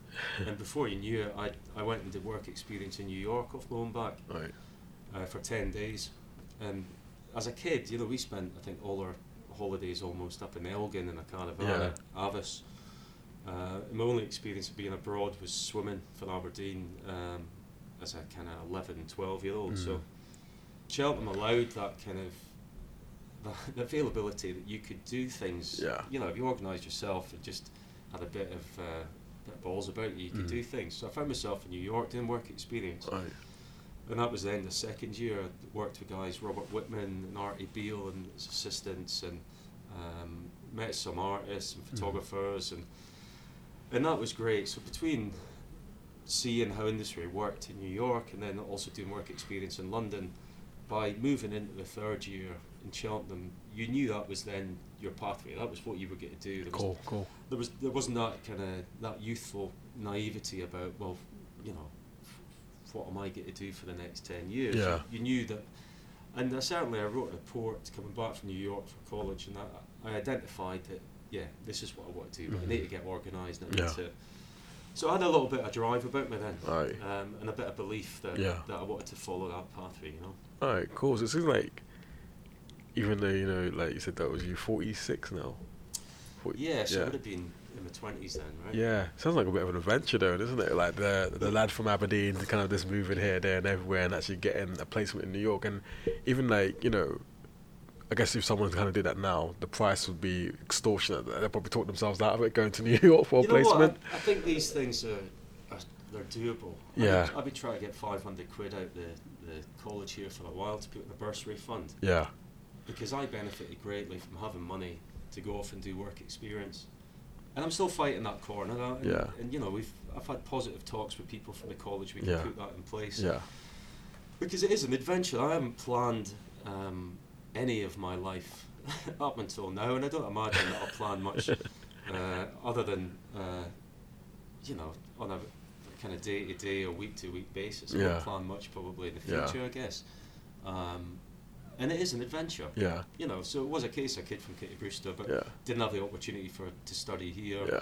B: and before you knew it, I, I went and did work experience in New York off my own back
C: Alright.
B: uh, for 10 days. Um, as a kid, you know, we spent, I think, all our holidays almost up in Elgin in a caravana, Avis. Uh, my only experience of being abroad was swimming for Aberdeen um, as a kind of 11, 12 year old. So
C: Mm.
B: Cheltenham allowed that kind of the, the availability that you could do things.
C: Yeah.
B: You know, if you organised yourself and just had a bit of, uh, bit of balls about you, you could
C: Mm.
B: do things. So I found myself in New York doing work experience.
C: Alright.
B: And that was then the second year. I worked with guys Robert Whitman and Artie Beale and his assistants, and um, met some artists and photographers, and and that was great. So between seeing how industry worked in New York and then also doing work experience in London, by moving into the third year in Cheltenham, you knew that was then your pathway. That was what you were going to do. There was
C: Cool. Cool.
B: there was there wasn't that kind of that youthful naivety about well, you know, what am I going to do for the next ten years?
C: Yeah.
B: You knew that, and I certainly I wrote a report coming back from New York for college, and I, I identified that yeah, this is what I want to do, but
C: Mhm.
B: I need to get organised. and I need
C: Yeah.
B: to. So I had a little bit of drive about me then,
C: Alright.
B: um, and a bit of belief that
C: Yeah.
B: that I wanted to follow that pathway. You know,
C: Alright. Cool. So it seems like, even though you know, like you said, that was you forty six now. 40
B: yeah. So I
C: yeah.
B: would have been in my twenties then, right?
C: Yeah, sounds like a bit of an adventure, though, doesn't it? Like the the lad from Aberdeen, kind of just moving here, there, and everywhere, and actually getting a placement in New York, and even like you know, I guess if someone kind of did that now, the price would be extortionate. They probably talk themselves out of it, going to New York for a
B: you know
C: placement.
B: What? I, I think these things are, are they're doable.
C: Yeah.
B: I've been, I've been trying to get 500 quid out the, the college here for a while to put in the bursary fund
C: Yeah,
B: because I benefited greatly from having money to go off and do work experience. And I'm still fighting that corner. uh, And,
C: Yeah.
B: and you know, we've I've had positive talks with people from the college. We can
C: Yeah.
B: put that in place
C: yeah,
B: because it is an adventure. I haven't planned um, any of my life up until now, and I don't imagine that I'll plan much uh, other than uh, you know on a kind of day to day or week to week basis. I
C: Yeah.
B: won't plan much probably in the
C: Yeah.
B: future, I guess. Um, and it is an adventure,
C: yeah,
B: you know. So it was a case a kid from Kitty Brewster, but
C: yeah,
B: didn't have the opportunity for to study here
C: yeah,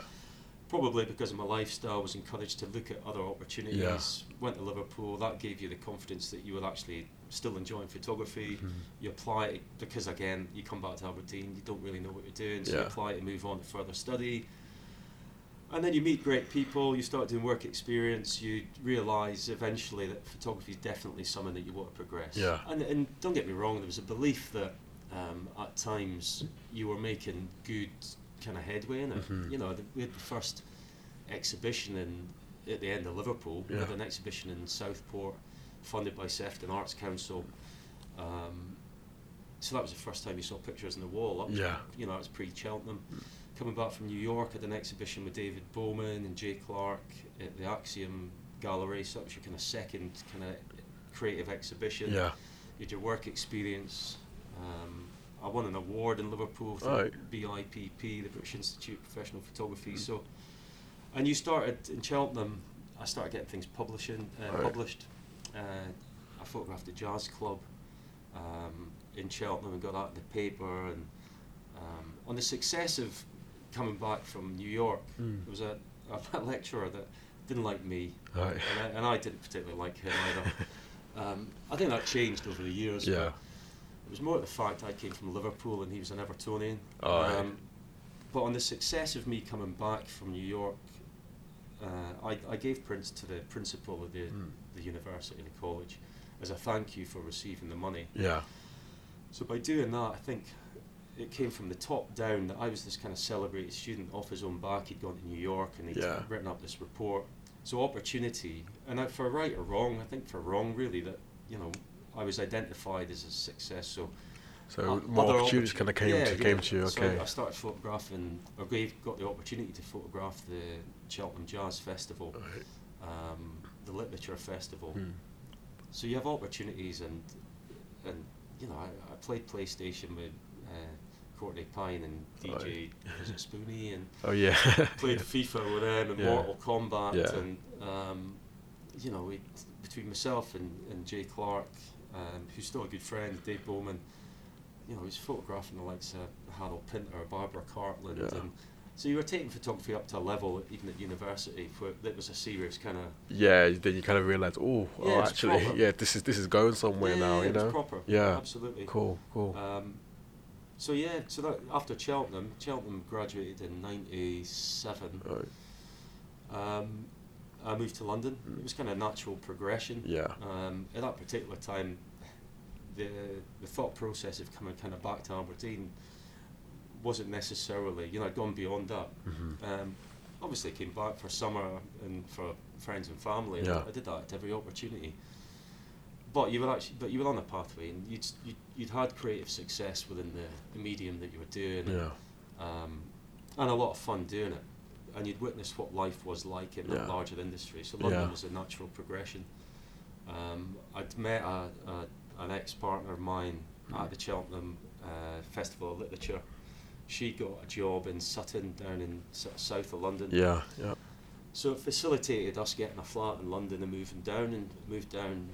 B: probably because of my lifestyle was encouraged to look at other opportunities went to liverpool that gave you the confidence that you were actually still enjoying photography
C: Mhm.
B: you apply it because again you come back to aberdeen you don't really know what you're doing so you
C: Yeah.
B: apply to move on to further study and then you meet great people you start doing work experience you realise eventually that photography is definitely something that you want to progress
C: Yeah.
B: and, and don't get me wrong there was a belief that um, at times you were making good kind of headway in it.
C: Mhm.
B: You know, the, we had the first exhibition in at the end of Liverpool. We had
C: Yeah.
B: an exhibition in Southport, funded by Sefton Arts Council. Um, so that was the first time you saw pictures on the wall. That was,
C: yeah.
B: You know, it was pre Cheltenham. Coming back from New York, had an exhibition with David Bowman and Jay Clark at the Axiom Gallery. So that was your kind of second kind of creative exhibition
C: yeah.
B: you had your work experience. Um, I won an award in Liverpool for
C: Right.
B: BIPP, the British Institute of Professional Photography. So, and you started in Cheltenham. I started getting things publishing, uh,
C: Right.
B: published. Uh, I photographed a jazz club um, in Cheltenham and got that in the paper. And um, on the success of coming back from New York,
C: Mm.
B: there was a, a lecturer that didn't like me,
C: Right.
B: and, I, and I didn't particularly like him either. Um, I think that changed over the years. but
C: Yeah.
B: It was more the fact I came from Liverpool and he was an Evertonian.
C: Oh,
B: Um,
C: Aye.
B: but on the success of me coming back from New York, uh, I, I gave prints to the principal of the,
C: Mm.
B: the university and the college as a thank you for receiving the money.
C: Yeah.
B: So by doing that, I think it came from the top down that I was this kind of celebrated student off his own back. He'd gone to New York and he'd
C: Yeah.
B: written up this report. So opportunity, and I, for right or wrong, I think for wrong really that you know I was identified as a success. So
C: So
B: o-
C: more
B: other
C: opportunities
B: opportu-
C: kind of came
B: Yeah,
C: to
B: yeah.
C: came to you.
B: So I-
C: Okay.
B: I started photographing. I gave, got the opportunity to photograph the Cheltenham Jazz Festival,
C: Right.
B: um, the Literature Festival.
C: Mm.
B: So you have opportunities, and and you know, I, I played PlayStation with uh, Courtney Pine and DJ was it Spoonie, and
C: Oh yeah.
B: played FIFA with them and
C: Yeah.
B: Mortal Kombat,
C: Yeah.
B: and um, you know, we, between myself and, and Jay Clark, um, who's still a good friend, Dave Bowman, you know, he's photographing the likes of Harold Pinter, Barbara Cartland,
C: Yeah.
B: and so you were taking photography up to a level, even at university, where that was a serious kind of
C: yeah. Then you kind of realize, oh,
B: Yeah,
C: oh
B: it's
C: actually,
B: proper.
C: yeah, this is this is going somewhere now. You
B: it was
C: know.
B: proper,
C: Yeah.
B: absolutely.
C: Cool. Cool.
B: Um, so yeah, so that after Cheltenham, Cheltenham graduated in '97.
C: Right.
B: Um, I moved to London. It was kind of natural progression.
C: Hmm. Yeah.
B: Um, at that particular time, the the thought process of coming kind of back to Aberdeen wasn't necessarily, you know, I'd gone beyond that.
C: hmm
B: Um, obviously, I came back for summer and for friends and family. And
C: Yeah.
B: I did that at every opportunity. But you were actually, but you were on a pathway, and you'd s- you'd, you'd had creative success within the, the medium that you were doing,
C: Yeah.
B: um, and a lot of fun doing it. And you'd witnessed what life was like in
C: Yeah.
B: that larger industry. So London
C: Yeah.
B: was a natural progression. Um, I'd met a, a, an ex partner of mine
C: Mm.
B: at the Cheltenham uh, Festival of Literature. She got a job in Sutton, down in sort of south of London.
C: Yeah. Yeah.
B: So it facilitated us getting a flat in London and moving down and moved down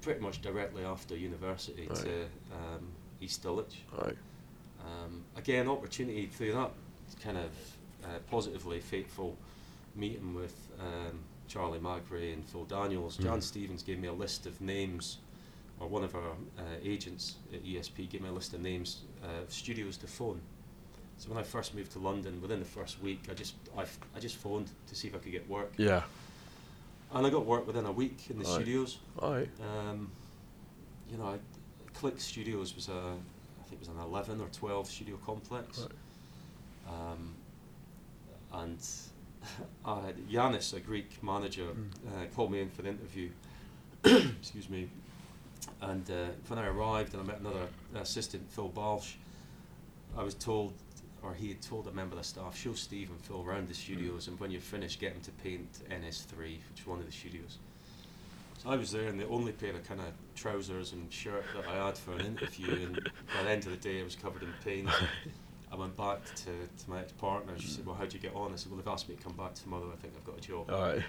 B: pretty much directly after university
C: Right.
B: to um, East Dulwich.
C: Right.
B: Um, again, opportunity through that kind of uh, positively fateful meeting with um, Charlie Magri and Phil Daniels. John
C: Mhm.
B: Stevens gave me a list of names, or one of our uh, agents at ESP gave me a list of names uh, of studios to phone. So when I first moved to London, within the first week, I just I, f- I just phoned to see if I could get work,
C: Yeah.
B: and I got work within a week in the
C: Right.
B: studios.
C: All right.
B: Um, you know, I, Click Studios was a, I think it was an 11 or 12 studio complex.
C: Right.
B: Um, and I had Yanis, a Greek manager,
C: Mm.
B: uh, called me in for the interview. Excuse me. And uh, when I arrived and I met another assistant, Phil Balsh, I was told, or he had told a member of the staff, show Steve and Phil around the studios, and when you're finished, get them to paint NS3, which is one of the studios. So I was there in the only pair of kind of trousers and shirt that I had for an interview, and by the end of the day, I was covered in paint. I went back to, to my ex partner. She said, "Well, how'd you get on?" I said, "Well, they've asked me to come back tomorrow. I think I've got a job."
C: All right.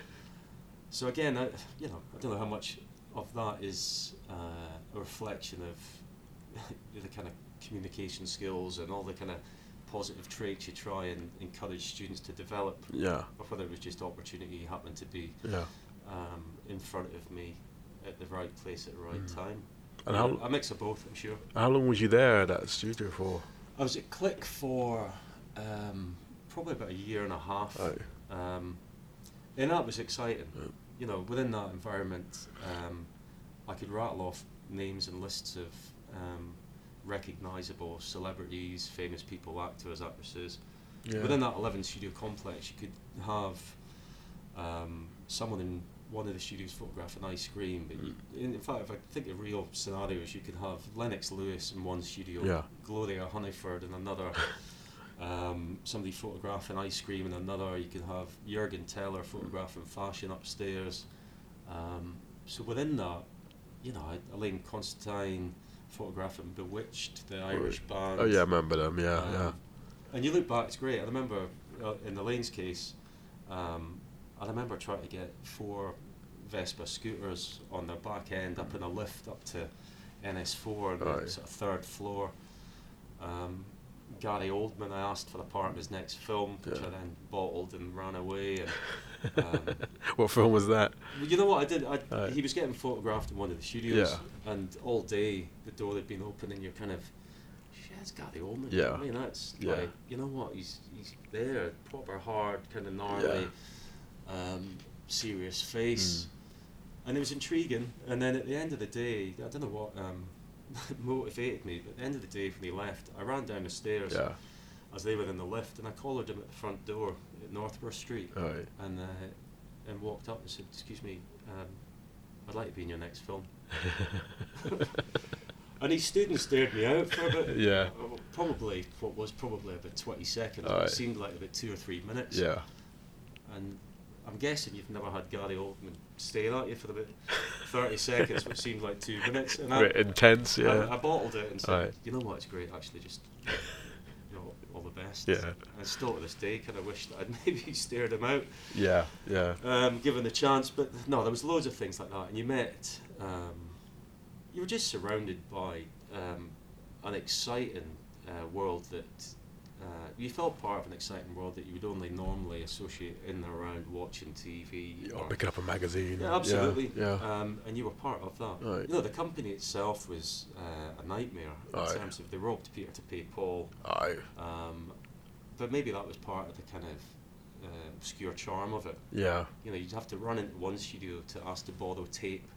B: So again, I, you know, I don't know how much of that is uh, a reflection of the kind of communication skills and all the kind of positive traits you try and encourage students to develop,
C: Yeah.
B: or whether it was just opportunity happened to be
C: Yeah.
B: um, in front of me at the right place at the right
C: Mm.
B: time.
C: And
B: You
C: how
B: know, a mix of both, I'm sure.
C: how long was you there at that studio for?
B: I was at Click for um, probably about a year and a half.
C: Right.
B: Um, and that was exciting.
C: Yeah.
B: You know, within that environment, um, I could rattle off names and lists of um, recognisable celebrities, famous people, actors, actresses.
C: Yeah.
B: Within that 11 studio complex, you could have um, someone in one of the studios photograph an ice cream. But you,
C: Mm.
B: in, in fact, if I think of real scenarios, you could have Lennox Lewis in one studio,
C: Yeah.
B: Gloria Honeyford in another, um, somebody photographing ice cream in another. You could have Jurgen Teller photographing fashion upstairs. Um, so within that, you know, I- Elaine Constantine photographing Bewitched, the Irish band.
C: Oh yeah, I remember them. Yeah.
B: Um,
C: yeah.
B: And you look back, it's great. I remember uh, in the Lane's case, um, I remember trying to get four Vespa scooters on their back end up in a lift up to NS4 and the
C: Aye.
B: sort of third floor. Um, Gary Oldman, I asked for the part in his next film, which
C: Yeah.
B: I then bottled and ran away. And, um,
C: What film was that?
B: well, you know what I did? I,
C: Aye.
B: He was getting photographed in one of the studios, and all day the door had been open, and you're kind of, shit, it's Gary Oldman.
C: Yeah.
B: I mean, that's
C: Yeah.
B: like, you know what? He's he's there, proper hard, kind of gnarly. Uh, serious face,
C: Hmm.
B: and it was intriguing. And then at the end of the day, I don't know what um, motivated me, but at the end of the day when he left, I ran down the stairs
C: Yeah.
B: as they were in the lift, and I collared him at the front door at Northborough Street,
C: All right.
B: and uh, and walked up and said, "Excuse me, um, I'd like to be in your next film." and he stood and stared me out for a bit.
C: Yeah.
B: Uh, Probably what was probably about twenty seconds. but
C: Aye.
B: It seemed like about two or three minutes.
C: Yeah.
B: And I'm guessing you've never had Gary Oldman stare at you for about thirty seconds, which seemed like two minutes. And I,
C: Bit intense. Yeah.
B: I, I bottled it and said,
C: Aye.
B: "You know what? It's great. Actually, just you know, all the best."
C: Yeah.
B: And still to this day, kind of wish that I'd maybe stared him out
C: yeah. Yeah.
B: um, given the chance. But no, there was loads of things like that, and you met. Um, you were just surrounded by um, an exciting uh, world that uh, you felt part of an exciting world that you would only normally associate in and around watching TV.
C: Or picking up a magazine.
B: yeah, absolutely.
C: Yeah.
B: Um, and you were part of that.
C: Right.
B: You know, the company itself was uh, a nightmare in
C: Aye.
B: terms of they robbed Peter to pay Paul.
C: Aye.
B: Um, but maybe that was part of the kind of uh, obscure charm of it
C: Yeah.
B: you know, you'd have to run into one studio to ask to borrow tape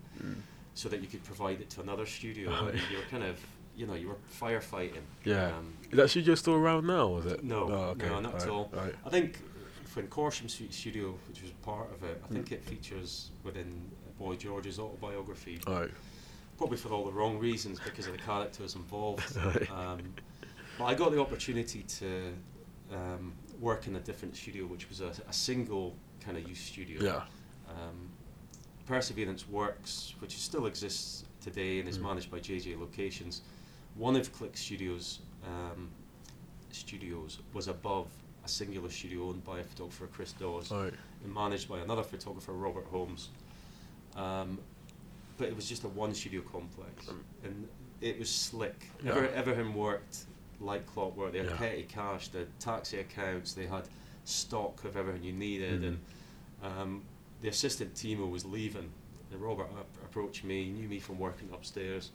B: so that you could provide it to another studio.
C: Aye.
B: and you were kind of, you know, you were firefighting.
C: Yeah.
B: Um,
C: Is that studio still around now? Is it?
B: No,
C: Oh, okay.
B: no, not at
C: Alright,
B: all.
C: alright.
B: I think when Corsham Street Studio, which was part of it, I think it features within Boy George's autobiography,
C: Alright.
B: probably for all the wrong reasons because of the characters involved.
C: Aye.
B: um, but I got the opportunity to um, work in a different studio, which was a, a single kind of youth studio
C: Yeah.
B: um, Perseverance Works, which still exists today and is
C: Mm.
B: managed by JJ Locations, one of Click Studios um, studios was above a singular studio owned by a photographer Chris Dawes
C: Alright.
B: and managed by another photographer Robert Holmes. Um, but it was just a one studio complex,
C: Mm.
B: and it was slick.
C: Yeah.
B: Ever, Everham worked like clockwork. They had
C: Yeah.
B: petty cash, they had taxi accounts, they had stock of everything you needed,
C: Mm.
B: and um, the assistant Timo was leaving, and Robert ap- approached me, he knew me from working upstairs,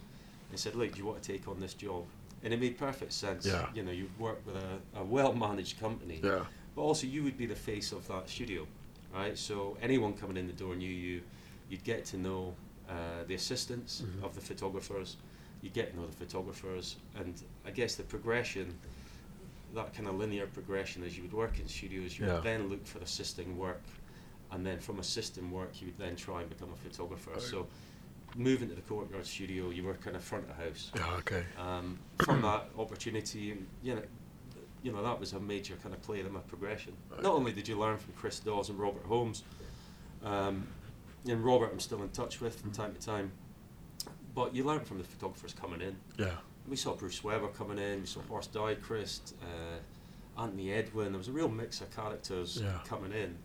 B: and said, "Look, do you want to take on this job?" And it made perfect sense.
C: Yeah.
B: You know, you work with a, a well-managed company,
C: Yeah.
B: but also you would be the face of that studio, right? So anyone coming in the door knew you. You'd get to know uh, the assistants
C: Mhm.
B: of the photographers. You would get to know the photographers, and I guess the progression, that kind of linear progression, as you would work in studios, you
C: Yeah.
B: would then look for assisting work, and then from assisting work, you would then try and become a photographer.
C: Right.
B: So, moving to the courtyard studio, you were kind of front of house
C: Yeah. Okay.
B: um, from that opportunity, you know, you know that was a major kind of player in my progression.
C: Right.
B: Not only did you learn from Chris Dawes and Robert Holmes, um, and Robert I'm still in touch with from time to time, but you learn from the photographers coming in.
C: Yeah.
B: We saw Bruce Weber coming in, we saw Horst Dykrist, uh, Anthony Edwin. There was a real mix of characters
C: Yeah.
B: coming in.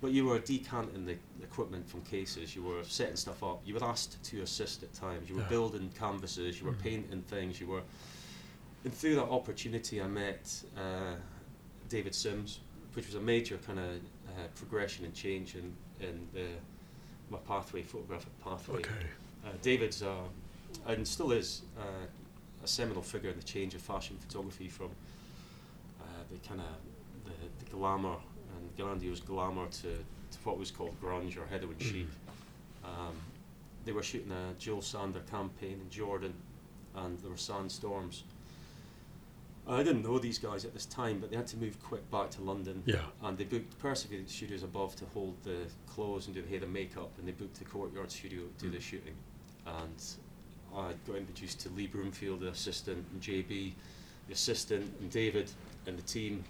B: But you were decanting the equipment from cases, you were setting stuff up, you were asked to assist at times, you were
C: Yeah.
B: building canvases, you were
C: Mhm.
B: painting things, you were. And through that opportunity, I met uh, David Sims, which was a major kind of uh, progression and change in, in the, my pathway, photographic pathway.
C: Okay.
B: Uh, David's, uh, and still is, uh, a seminal figure in the change of fashion photography from uh, the kind of the, the glamour and grandiose glamour to, to what was called grunge or heroin chic. Um, they were shooting a Joel Sander campaign in Jordan, and there were sandstorms. I didn't know these guys at this time, but they had to move quick back to London
C: Yeah.
B: and they booked Perseverance Studios above to hold the clothes and do the hair and makeup, and they booked the Courtyard Studio to do
C: Mm.
B: the shooting. And I got introduced to Lee Broomfield, the assistant, and JB, the assistant, and David, and the team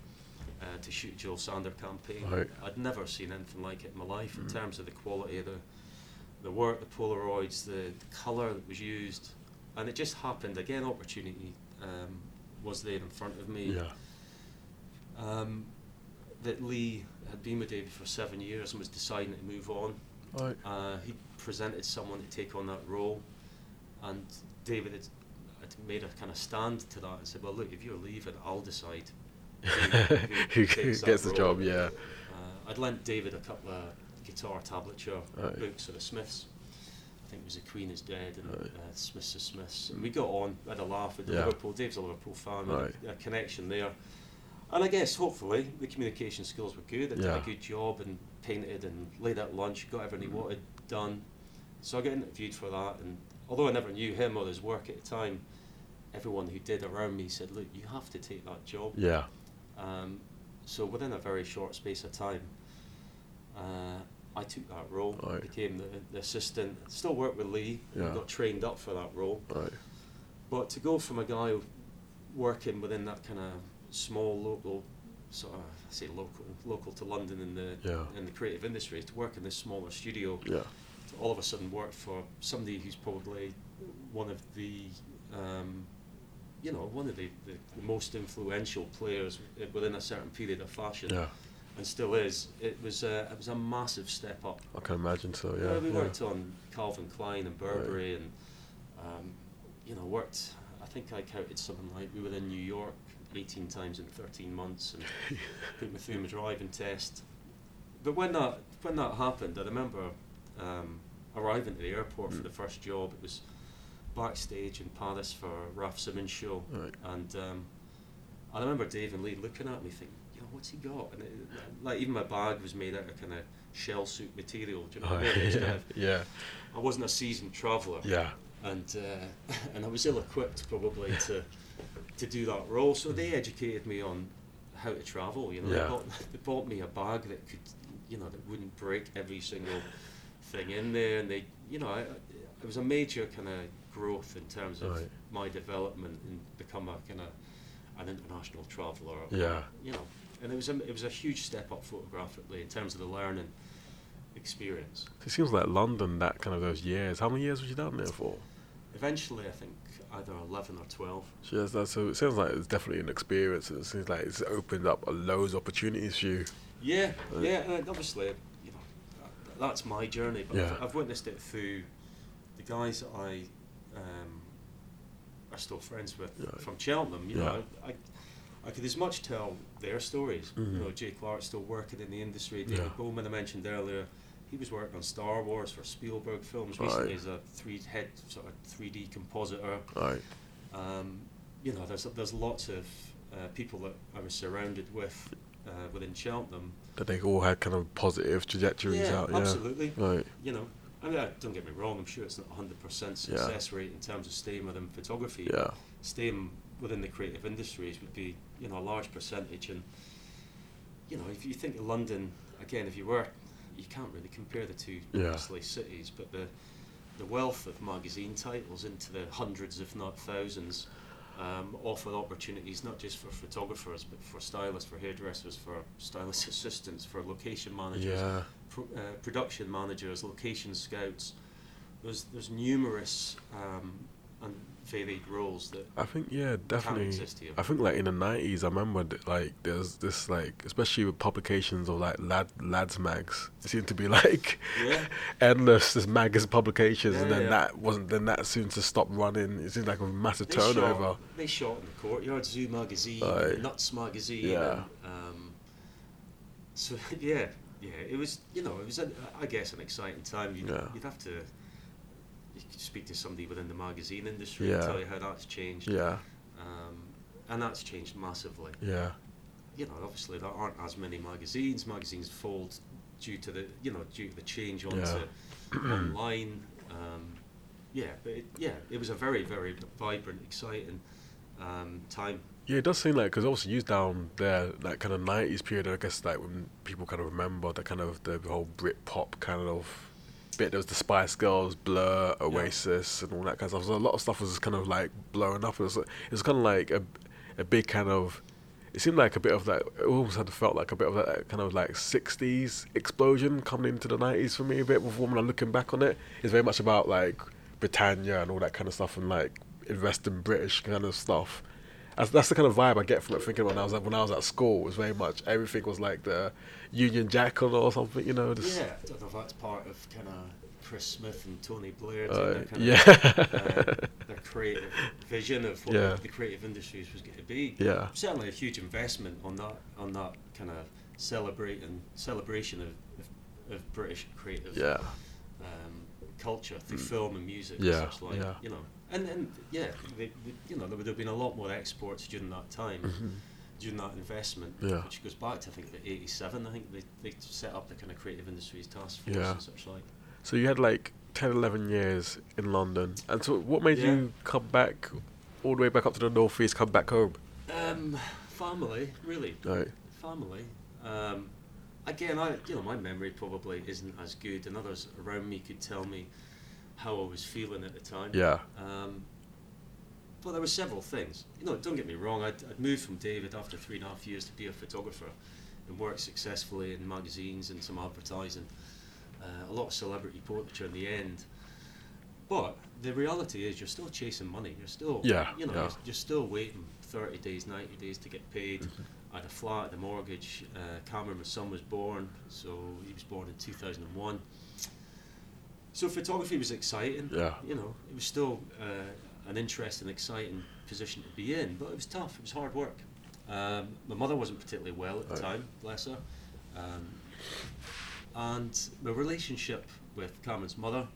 B: uh, to shoot Joel Sander campaign.
C: Right. Mm.
B: I'd never seen anything like it in my life in terms of the quality of the, the work, the Polaroids, the, the colour that was used, and it just happened again. Opportunity um, was there in front of me
C: Yeah.
B: um, that Lee had been with David for seven years and was deciding to move on.
C: Alright.
B: Uh, he presented someone to take on that role, and David had, had made a kind of stand to that and said, "Well, look, if you're leaving, I'll decide who,
C: Who
B: who takes that
C: gets the
B: role."
C: job? Yeah.
B: Uh, I'd lent David a couple of guitar tablature
C: Aye.
B: books of the Smiths. I think it was The Queen is Dead and
C: Aye.
B: uh, Smiths is Smiths. And we got on, had a laugh with the
C: Yeah.
B: Liverpool. Dave's a Liverpool fan, we had
C: Aye.
B: a, a connection there. And I guess hopefully the communication skills were good. They did
C: Yeah. Mm-hmm.
B: a good job, and painted and laid out lunch, got everything he wanted done. So I got interviewed for that, and although I never knew him or his work at the time, everyone who did around me said, "Look, you have to take that job."
C: Yeah.
B: Um, so within a very short space of time, uh, I took that role,
C: Right.
B: became the, the assistant. Still worked with Lee, and
C: Yeah.
B: got trained up for that role.
C: Right.
B: But to go from a guy working within that kind of small local, sort of I say local, local to London in the
C: Yeah.
B: in the creative industries, to work in this smaller studio,
C: Yeah.
B: to all of a sudden work for somebody who's probably one of the, um, you know, one of the, the, the most influential players within a certain period of fashion,
C: Yeah.
B: and still is. It was a, it was a massive step up.
C: I can imagine so. Oh, Yeah.
B: Yeah, we
C: yeah.
B: worked on Calvin Klein and Burberry, and um, you know, worked. I think I counted something like we were in New York 18 times in 13 months, and put me through my driving test. But when that when that happened, I remember um, arriving at the airport for
C: Mm.
B: the first job. It was backstage in Paris for Raf Simons show,
C: Right.
B: and um, I remember Dave and Lee looking at me, thinking, "Yo, what's he got?" And it, like even my bag was made out of kind of shell suit material. Do you know what I mean? It was kind
C: Oh, yeah.
B: of-
C: Yeah.
B: I wasn't a seasoned traveller,
C: Yeah.
B: and uh, and I was ill-equipped probably to to do that role. So they educated me on how to travel. You know,
C: Yeah.
B: they, bought, they bought me a bag that could, you know, that wouldn't break every single thing in there, and they, you know, I, it was a major kind of growth in terms of
C: Right.
B: my development and become a kind of an international traveller.
C: Yeah.
B: You know, and it was a it was a huge step up photographically in terms of the learning experience.
C: So it seems like London, that kind of those years. How many years was you down there for?
B: Eventually, I think either 11 or 12.
C: So, yes, that's, so it sounds like it's definitely an experience. and It seems like it's opened up a loads of opportunities for you.
B: Yeah,
C: Right.
B: yeah, and obviously, you know, that- that's my journey, but I've,
C: Yeah.
B: I've witnessed it through the guys that I um, are still friends with
C: Yeah.
B: from Cheltenham. You
C: Yeah.
B: know, I, I could as much tell their stories.
C: Mhm.
B: You know, Jay Clark's still working in the industry. David
C: Yeah.
B: Bowman, I mentioned earlier, he was working on Star Wars for Spielberg films
C: Right.
B: recently. He's a three-head sort of 3D compositor.
C: Right.
B: um, you know, there's there's lots of uh, people that I was surrounded with uh, within Cheltenham.
C: That they all had kind of positive trajectories
B: yeah,
C: out. Yeah.
B: absolutely.
C: Right.
B: You know, I mean, I, don't get me wrong. I'm sure it's not 100%
C: Yeah.
B: success rate in terms of staying within photography.
C: Yeah.
B: Staying within the creative industries would be, you know, a large percentage. And you know, if you think of London again, if you were, you can't really compare the two
C: Yeah.
B: obviously cities, but the the wealth of magazine titles into the hundreds, if not thousands, um, offer opportunities not just for photographers, but for stylists, for hairdressers, for stylist assistants, for location managers,
C: Yeah.
B: pro- uh, production managers, location scouts. There's there's numerous um, and varied roles that
C: I think yeah,
B: can
C: definitely.
B: exist here.
C: I think like in the nineties, I remember that, like there's this like especially with publications of like lad lads mags. It seemed to be like
B: Yeah,
C: endless this magazine publications, and
B: Yeah,
C: then
B: yeah.
C: that wasn't then that soon to stop running. It seemed like a massive
B: they
C: turnover.
B: Shot, they shot in the courtyard, Zoo magazine,
C: Aye.
B: Nuts magazine.
C: Yeah.
B: And, um, so yeah, yeah, it was you know it was a, I guess an exciting time. You'd,
C: Yeah.
B: you'd have to you could speak to somebody within the magazine industry and
C: Yeah.
B: tell you how that's changed.
C: Yeah,
B: Um, and that's changed massively.
C: yeah,
B: you know, obviously there aren't as many magazines. Magazines fold due to the, you know, due to the change onto online. Um, yeah, but it, yeah, it was a very, very vibrant, exciting um, time.
C: yeah. It does seem like because also used down there that kind of nineties period. I guess like when people kind of remember the kind of the whole Brit pop kind of bit. There was the Spice Girls, Blur, Oasis, and all that kind of stuff. So a lot of stuff was kind of like blowing up. It was, it was kind of like a, a big kind of. It seemed like a bit of that. It almost had felt like a bit of that kind of like '60s explosion coming into the '90s for me a bit. With when I'm looking back on it, it's very much about like Britannia and all that kind of stuff and like investing British kind of stuff. That's, that's the kind of vibe I get from it. Thinking when I was at, when I was at school, it was very much everything was like the Union Jack or something, you know. Just,
B: Yeah, I don't know if that's part of kind of Chris Smith and Tony Blair. doing
C: Uh,
B: their kinda,
C: yeah.
B: uh, their creative vision of what
C: Yeah.
B: the creative industries was going to be.
C: Yeah.
B: certainly a huge investment on that on that kind of celebrating celebration of, of, of British creative
C: Yeah.
B: um, culture through film and music
C: Mm. Yeah,
B: and such like
C: yeah.
B: you know and and yeah they, they- you know there would have been a lot more exports during that time during that investment,
C: Mm-hmm. Yeah.
B: which goes back to I think about '87. I think they, they set up the kind of creative industries task force
C: Yeah.
B: and such like.
C: So you had like 10, 11 years in London. And so what made
B: Yeah.
C: you come back all the way back up to the North East, come back home?
B: Um, family, really,
C: Right.
B: family. Um, again, I you know my memory probably isn't as good, and others around me could tell me how I was feeling at the time.
C: Yeah.
B: Um, but there were several things. You know, don't get me wrong. I'd, I'd moved from David after three and a half years to be a photographer, and worked successfully in magazines and some advertising, uh, a lot of celebrity portraiture in the end. But the reality is, you're still chasing money. You're still,
C: Yeah,
B: you know,
C: yeah.
B: You're, you're still waiting 30 days, 90 days to get paid.
C: Mm-hmm.
B: I had a flat, the mortgage. Uh, Cameron, my son, was born, so he was born in 2001. So photography was exciting
C: Yeah.
B: you know, it was still uh, an interesting, exciting position to be in, but it was tough. It was hard work. Um, my mother wasn't particularly well at the
C: Right.
B: time, bless her. Um, and my relationship with Cameron's mother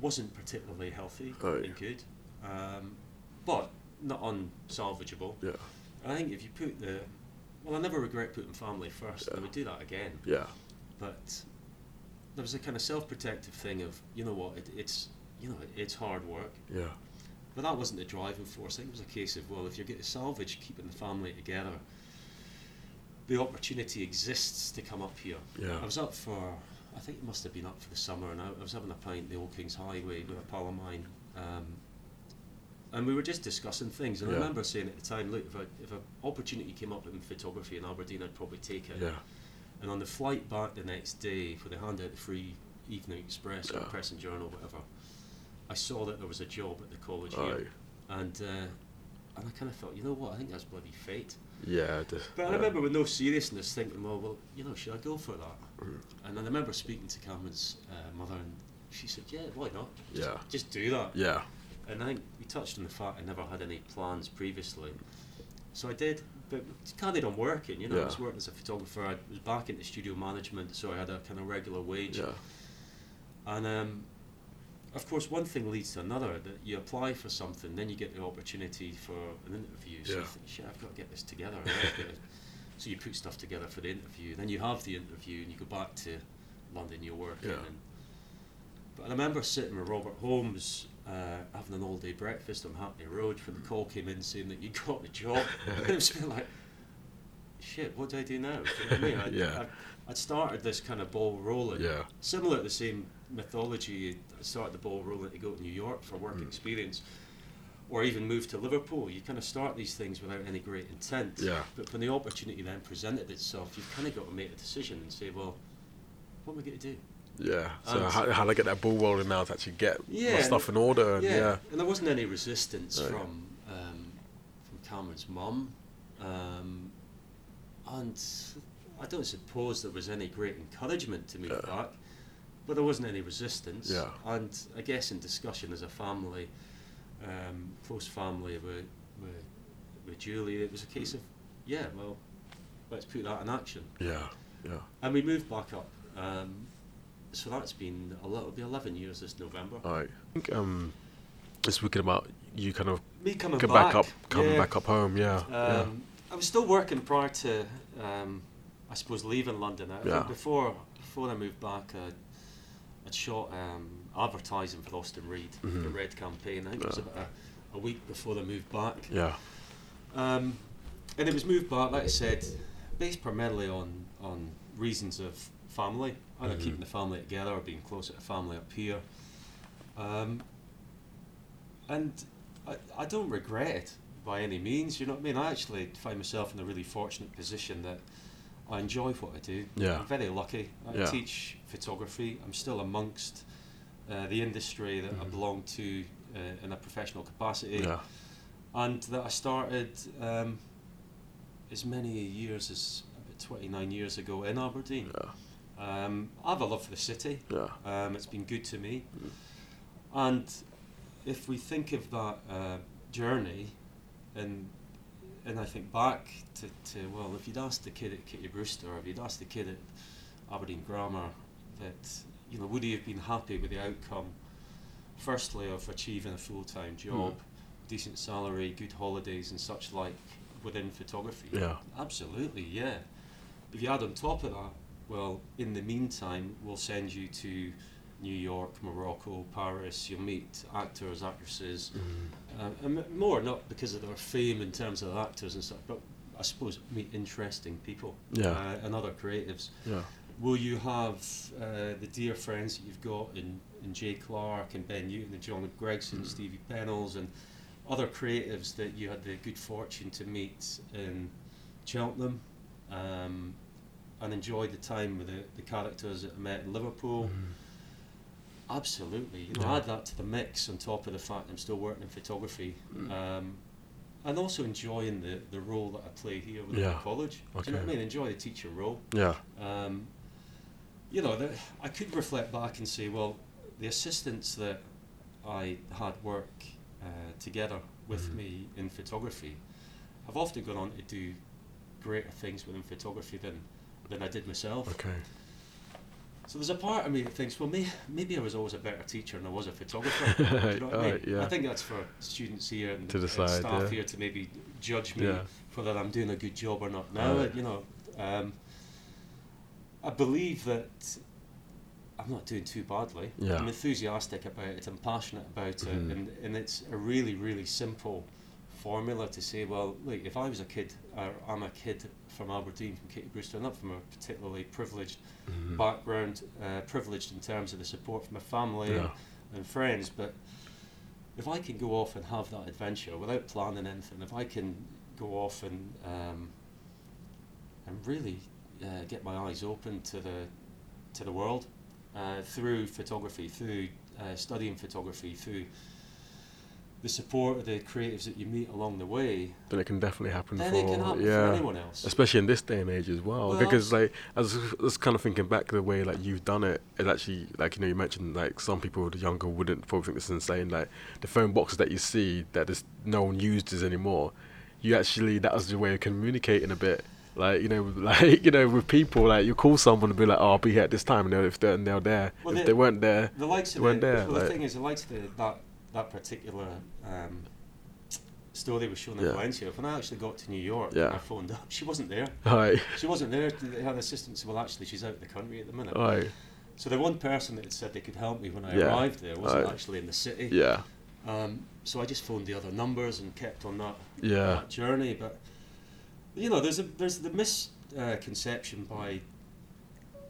B: wasn't particularly healthy
C: Right.
B: and good, um, but not unsalvageable.
C: Yeah.
B: I think if you put the, well, I never regret putting family first, and I
C: Yeah.
B: would do that again
C: Yeah.
B: but there was a kind of self-protective thing of you know what it, it's you know it's hard work
C: Yeah.
B: but that wasn't the driving force I think it was a case of well if you're going to salvage keeping the family together the opportunity exists to come up here
C: Yeah.
B: I was up for I think it must have been up for the summer and I, I was having a pint at the Old Kings Highway with a pal of mine um, and we were just discussing things and I
C: Yeah.
B: remember saying at the time look if, I, if an opportunity came up in photography in Aberdeen I'd probably take it
C: Yeah.
B: and on the flight back the next day, where they hand out the free Evening Express or
C: Yeah.
B: Press and Journal, whatever, I saw that there was a job at the college
C: Right.
B: here, and uh, and I kind of thought, you know what, I think that's bloody fate.
C: Yeah. the-
B: But I
C: yeah.
B: remember with no seriousness thinking, well, well, you know, should I go for that?
C: Mm.
B: And I remember speaking to Cameron's uh, mother, and she said, yeah, why not? Just,
C: Yeah.
B: just do that.
C: Yeah.
B: And I think we touched on the fact I never had any plans previously. So I did, but carried on working, you know, I was
C: Yeah.
B: working as a photographer, I was back into studio management, so I had a kind of regular wage.
C: Yeah.
B: And um, of course, one thing leads to another, that you apply for something, then you get the opportunity for an interview, so you
C: Yeah.
B: think, shit, I've got to get this together. I've got to-" so you put stuff together for the interview, then you have the interview, and you go back to London, you're working.
C: Yeah.
B: And, but I remember sitting with Robert Holmes uh, having an all day breakfast on Hackney Road when the call came in saying that you got the job. and it was a bit like, shit, what do I do now? Do you know what I mean? I'd,
C: Yeah.
B: I'd, I'd started this kind of ball rolling.
C: Yeah.
B: Similar to the same mythology, I started the ball rolling to go to New York for work
C: Mm.
B: experience or even move to Liverpool. You kind of start these things without any great intent.
C: Yeah.
B: But when the opportunity then presented itself, you've kind of got to make a decision and say, well, what am I going to do?
C: Yeah. So
B: And-
C: how, how do I get that ball rolling now to actually get my
B: Yeah,
C: stuff in order? And yeah.
B: and there wasn't any resistance
C: Right.
B: from um, from Cameron's mum, um, and I don't suppose there was any great encouragement to move
C: Yeah.
B: back, but there wasn't any resistance.
C: Yeah.
B: and I guess in discussion as a family, um, close family with, with with Julie, it was a case of yeah, well, let's put that in action,
C: Yeah. Yeah.
B: and we moved back up. Um, so that's been a little, it'll be eleven years this November.
C: All right. I think um, it's wicked about you kind of
B: Me coming
C: come back,
B: back,
C: up, coming
B: yeah.
C: back up home. Yeah. yeah.
B: Um, I was still working prior to, um, I suppose, leaving London. I
C: Yeah.
B: think before before I moved back, I'd, I'd shot um, advertising for Austin Reed, the
C: Mhm.
B: Red Campaign. I think it was
C: Yeah.
B: about a, a week before they moved back.
C: Yeah.
B: Um, and it was moved back, like I said, based primarily on, on reasons of family, either
C: Mhm.
B: keeping the family together or being closer to family up here. Um, and I, I don't regret it by any means, you know what I mean? I actually find myself in a really fortunate position that I enjoy what I do.
C: Yeah.
B: I'm very lucky. I
C: Yeah.
B: teach photography, I'm still amongst uh, the industry that I
C: Mhm.
B: belong to uh, in a professional capacity
C: Yeah.
B: and that I started um, as many years as about 29 years ago in Aberdeen.
C: Yeah.
B: Um, I have a love for the city.
C: Yeah.
B: Um, it's been good to me.
C: Mm.
B: And if we think of that uh, journey, and and I think back to, to well, if you'd asked the kid at Kitty Brewster, or if you'd asked the kid at Aberdeen Grammar, that you know, would he have been happy with the outcome? Firstly, of achieving a full time job, decent salary, good holidays, and such like. within photography?
C: Yeah.
B: Absolutely, yeah. If you add on top of that, well, in the meantime, we'll send you to New York, Morocco, Paris. You'll meet actors, actresses, uh, and m- more not because of their fame in terms of actors and stuff, but I suppose meet interesting people
C: Yeah.
B: uh, and other creatives.
C: Yeah.
B: Will you have uh, the dear friends that you've got in, in Jay Clark and Ben Newton and John Gregson,
C: Mm.
B: Stevie Pennells, and other creatives that you had the good fortune to meet in Cheltenham um, and enjoy the time with the, the characters that I met in Liverpool? Absolutely. You know,
C: Mm-hmm. Yeah.
B: Add that to the mix on top of the fact I'm still working in photography.
C: Mm. Mm-hmm.
B: Um, and also enjoying the, the role that I play here within
C: Yeah.
B: the college. Do you know
C: Okay.
B: what I mean? Enjoy the teacher role.
C: Yeah.
B: Um, you know, the, I could reflect back and say, well, the assistants that I had work uh, together with
C: Mhm.
B: me in photography have often gone on to do greater things within photography than, than I did myself.
C: Okay.
B: So there's a part of me that thinks, well, may, maybe I was always a better teacher than I was a photographer. Do you know what I
C: Alright,
B: mean?
C: yeah.
B: I think that's for students here and,
C: To
B: and
C: decide,
B: staff
C: yeah.
B: here to maybe judge me
C: Yeah.
B: whether I'm doing a good job or not. Now,
C: Alright.
B: you know, um, I believe that I'm not doing too badly.
C: Yeah.
B: I'm enthusiastic about it. I'm passionate about
C: Mhm.
B: it, and and it's a really really simple formula to say, well, look, if I was a kid, or I'm a kid from Aberdeen, from Katie Brewster, not from a particularly privileged
C: Mhm.
B: background, uh, privileged in terms of the support from my family
C: Yeah.
B: and friends. But if I can go off and have that adventure without planning anything, if I can go off and um, and really uh, get my eyes open to the to the world uh, through photography, through uh, studying photography, through the support of the creatives that you meet along the way,
C: Then it can definitely happen
B: then
C: for
B: it can happen
C: yeah.
B: for anyone else.
C: especially in this day and age as well,
B: Well,
C: because like I was, I was kind of thinking back to the way like you've done it it actually like you know you mentioned like some people the younger wouldn't probably think this is insane like the phone boxes that you see that is no one uses anymore you actually that was your way of communicating a bit like you know with- like you know with people like you call someone and be like oh I'll be here at this time and they'll, if they're, and they're there
B: Well,
C: if
B: the-
C: they weren't there
B: The likes of
C: Weren't
B: the,
C: there,
B: well, the
C: like-
B: thing is, the likes of the, that that particular um, story was shown in
C: Yeah.
B: Valencia. When I actually got to New York,
C: Yeah.
B: and I phoned up. She wasn't there.
C: right
B: She wasn't there. Her assistant said, "Well, actually, she's out of the country at the minute."
C: right
B: So the one person that had said they could help me when I
C: Oh. Yeah.
B: arrived there wasn't
C: Aye.
B: actually in the city.
C: yeah
B: Um, so I just phoned the other numbers and kept on that
C: yeah
B: that journey. But you know, there's a there's the misconception by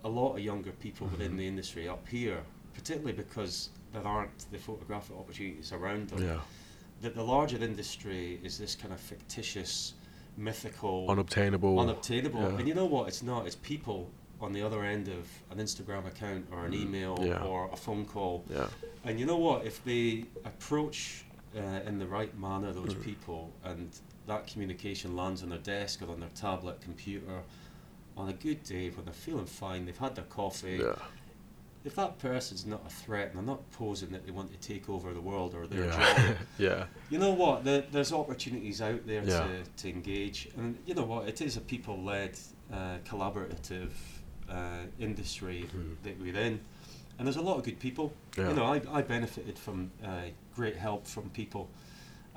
B: a lot of younger people
C: Mm-hmm.
B: within the industry up here, particularly because there aren't the photographic opportunities around them.
C: yeah
B: That the larger industry is this kind of fictitious, mythical,
C: unobtainable
B: unobtainable.
C: yeah.
B: And you know what? It's not. It's people on the other end of an Instagram account or an email
C: Mm. Yeah.
B: or a phone call
C: yeah
B: and you know what? If they approach uh, in the right manner those
C: Mm-hmm.
B: people, and that communication lands on their desk or on their tablet computer, on a good day when they're feeling fine, they've had their coffee.
C: yeah
B: If that person's not a threat and they're not posing that they want to take over the world or their
C: yeah
B: job,
C: yeah
B: you know what? There, there's opportunities out there
C: Yeah.
B: to, to engage, and you know what? It is a people-led, uh, collaborative uh, industry
C: Mhm.
B: that we're in, and there's a lot of good people.
C: Yeah.
B: You know, I, I benefited from uh, great help from people,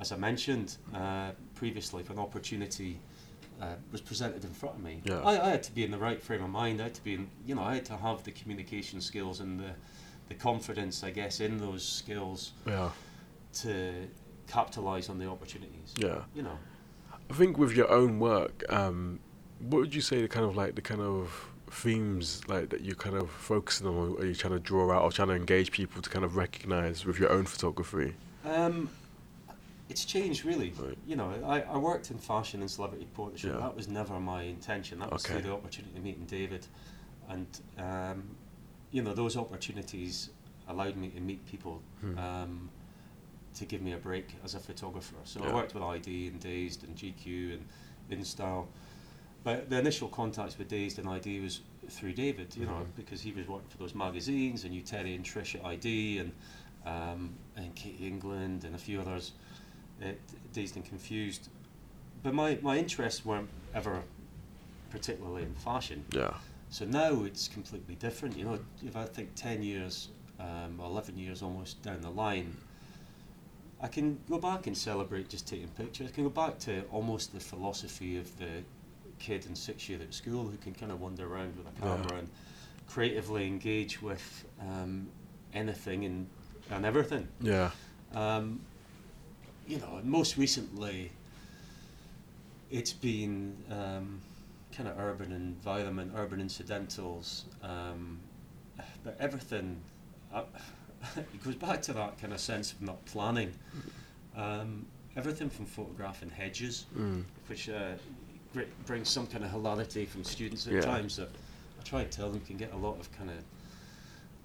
B: as I mentioned uh, previously, if an opportunity uh, was presented in front of me.
C: Yeah.
B: I, I had to be in the right frame of mind. I had to be, in, you know, I had to have the communication skills and the, the confidence, I guess, in those skills
C: yeah.
B: to capitalize on the opportunities.
C: yeah.
B: You know,
C: I think with your own work, um, what would you say the kind of like the kind of themes like that you kind of focusing on, or are you trying to draw out or trying to engage people to kind of recognize with your own photography?
B: um, it's changed really.
C: Right.
B: You know, I, I worked in fashion and celebrity portraiture.
C: Yeah.
B: That was never my intention. That was
C: Okay.
B: through the opportunity of meeting David, and um, you know those opportunities allowed me to meet people
C: Hmm.
B: um, to give me a break as a photographer. So
C: Yeah.
B: I worked with ID and Dazed and GQ and InStyle. But the initial contacts with Dazed and ID was through David, you know,
C: Mhm.
B: because he was working for those magazines and you Terry and Trish at ID and um, and Katie England and a few others, at Dazed and Confused. But my, my interests weren't ever particularly in fashion.
C: Yeah,
B: So now it's completely different. You know, if I think 10 years, um, or 11 years almost down the line, I can go back and celebrate just taking pictures. I can go back to almost the philosophy of the kid in sixth year at school who can kind of wander around with a
C: Yeah.
B: camera and creatively engage with um, anything and, and everything.
C: Yeah.
B: Um, you know, and most recently, it's been um, kind of urban environment, urban incidentals, um, but everything. Uh, it goes back to that kind of sense of not planning. Um, everything from photographing hedges,
C: Mm.
B: which uh, gr- brings some kind of hilarity from students at
C: Yeah.
B: times that I try and tell them can get a lot of kind of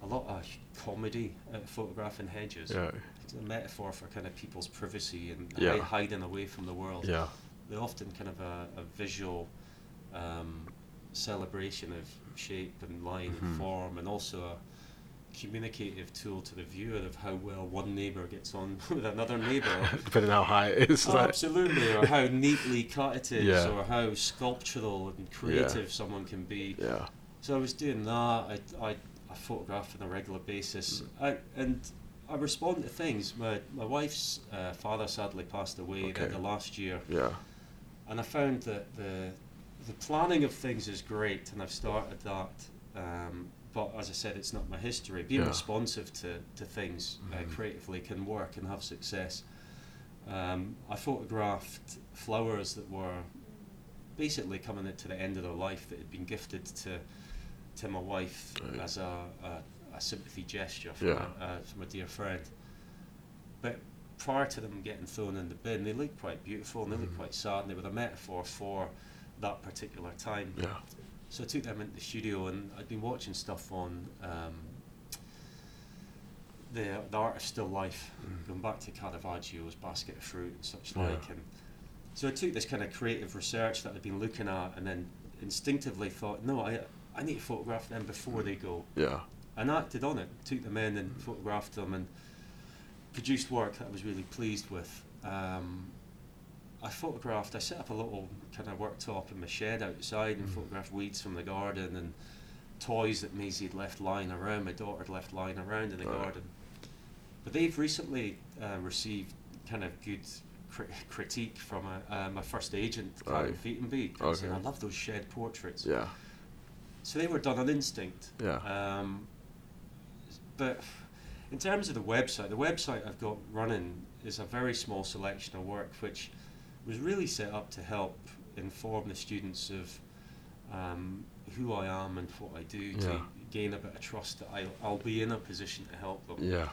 B: a lot of comedy at photographing hedges.
C: Yeah.
B: It's a metaphor for kind of people's privacy and hi-
C: Yeah.
B: hiding away from the world.
C: Yeah.
B: They're often kind of a, a visual um, celebration of shape and line
C: Mhm.
B: and form, and also a communicative tool to the viewer of how well one neighbour gets on with another neighbour.
C: Depending how high it is.
B: Oh,
C: like-
B: absolutely, or how neatly cut it is,
C: Yeah.
B: or how sculptural and creative someone can be.
C: Yeah.
B: So I was doing that. I, I, I photograph on a regular basis, I, and I respond to things. My my wife's uh, father sadly passed away at the
C: Okay.
B: end of last year,
C: Yeah.
B: and I found that the the planning of things is great, and I've started that. Um, but as I said, it's not my history. Being
C: Yeah.
B: responsive to to things
C: Mhm.
B: uh, creatively can work and have success. Um, I photographed flowers that were basically coming to the end of their life that had been gifted to to my wife
C: Right.
B: as a, a, a sympathy gesture from,
C: Yeah.
B: a, uh, from a dear friend. But prior to them getting thrown in the bin, they looked quite beautiful and they
C: Mhm.
B: looked quite sad, and they were a metaphor for that particular time.
C: Yeah.
B: So I took them into the studio, and I'd been watching stuff on um, the the art of still life,
C: Mm.
B: going back to Caravaggio's Basket of Fruit and such
C: Yeah.
B: like. And so I took this kind of creative research that I'd been looking at, and then instinctively thought, no, I I need to photograph them
C: Mm.
B: before they go,
C: Yeah.
B: and acted on it. Took them in and photographed them, and produced work that I was really pleased with. Um, I photographed, I set up a little kind of worktop in my shed outside and
C: Mm.
B: photographed weeds from the garden and toys that Maisie had left lying around, my daughter had left lying around in the
C: Right.
B: garden. But they've recently uh, received kind of good cri- critique from a, uh, my first agent, Karen
C: Aye.
B: Feetenby,
C: Okay.
B: saying, I love those shed portraits.
C: Yeah.
B: So they were done on instinct.
C: Yeah.
B: Um, but in terms of the website, the website I've got running is a very small selection of work, which was really set up to help inform the students of um, who I am and what I do to
C: Yeah.
B: gain a bit of trust that I'll, I'll be in a position to help them.
C: Yeah.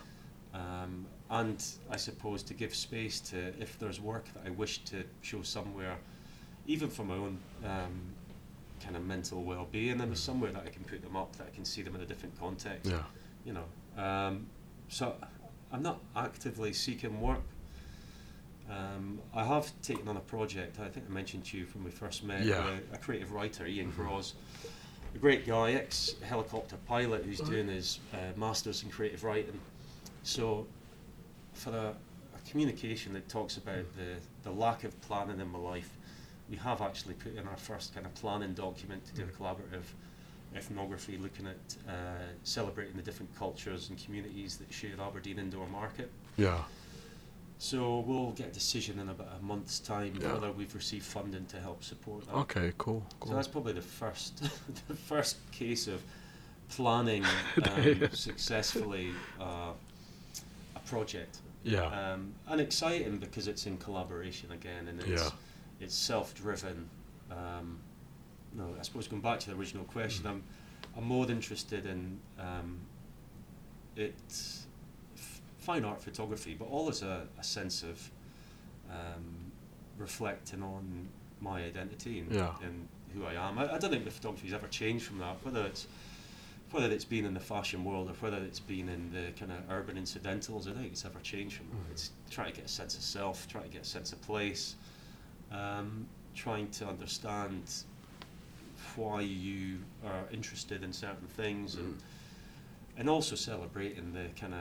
B: Um, and I suppose to give space to if there's work that I wish to show somewhere, even for my own um, kind of mental well-being, and there's somewhere that I can put them up that I can see them in a different context.
C: Mm. Yeah.
B: You know, um, so I'm not actively seeking work. Um, I have taken on a project. I think I mentioned to you when we first met.
C: Yeah.
B: with A, a creative writer, Ian
C: Mhm.
B: Gross, a great guy, ex helicopter pilot, who's doing his uh, masters in creative writing. So, for a, a communication that talks about the, the lack of planning in my life, we have actually put in our first kind of planning document to do a collaborative ethnography looking at uh, celebrating the different cultures and communities that share Aberdeen Indoor Market.
C: Yeah.
B: So we'll get a decision in about a month's time
C: Yeah.
B: whether we've received funding to help support that.
C: Okay. Cool.
B: So
C: Cool.
B: that's probably the first, the first case of planning um,
C: Damn.
B: successfully uh, a project,
C: Yeah.
B: um, and exciting because it's in collaboration again, and it's
C: Yeah.
B: it's self-driven. Um, no, I suppose going back to the original question,
C: Mm.
B: I'm I'm more interested in um, it f- fine art photography, but all as a, a sense of um, reflecting on my identity and,
C: Yeah.
B: and who I am. I, I don't think the photography's ever changed from that, whether it's whether it's been in the fashion world or whether it's been in the kind of urban incidentals, I don't think it's ever changed from that.
C: Mhm.
B: It's trying to get a sense of self, trying to get a sense of place, um, trying to understand why you are interested in certain things and and also celebrating the kind of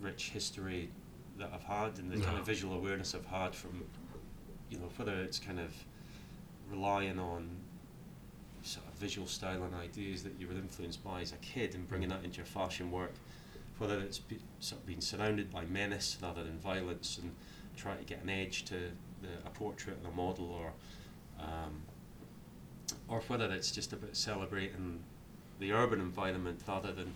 B: rich history that I've had and the kind
C: Yeah.
B: of visual awareness I've had from, you know, whether it's kind of relying on sort of visual style and ideas that you were influenced by as a kid and bringing that into your fashion work, whether it's be, sort of been surrounded by menace rather than violence and trying to get an edge to the, a portrait and a model or um, or whether it's just about celebrating the urban environment rather than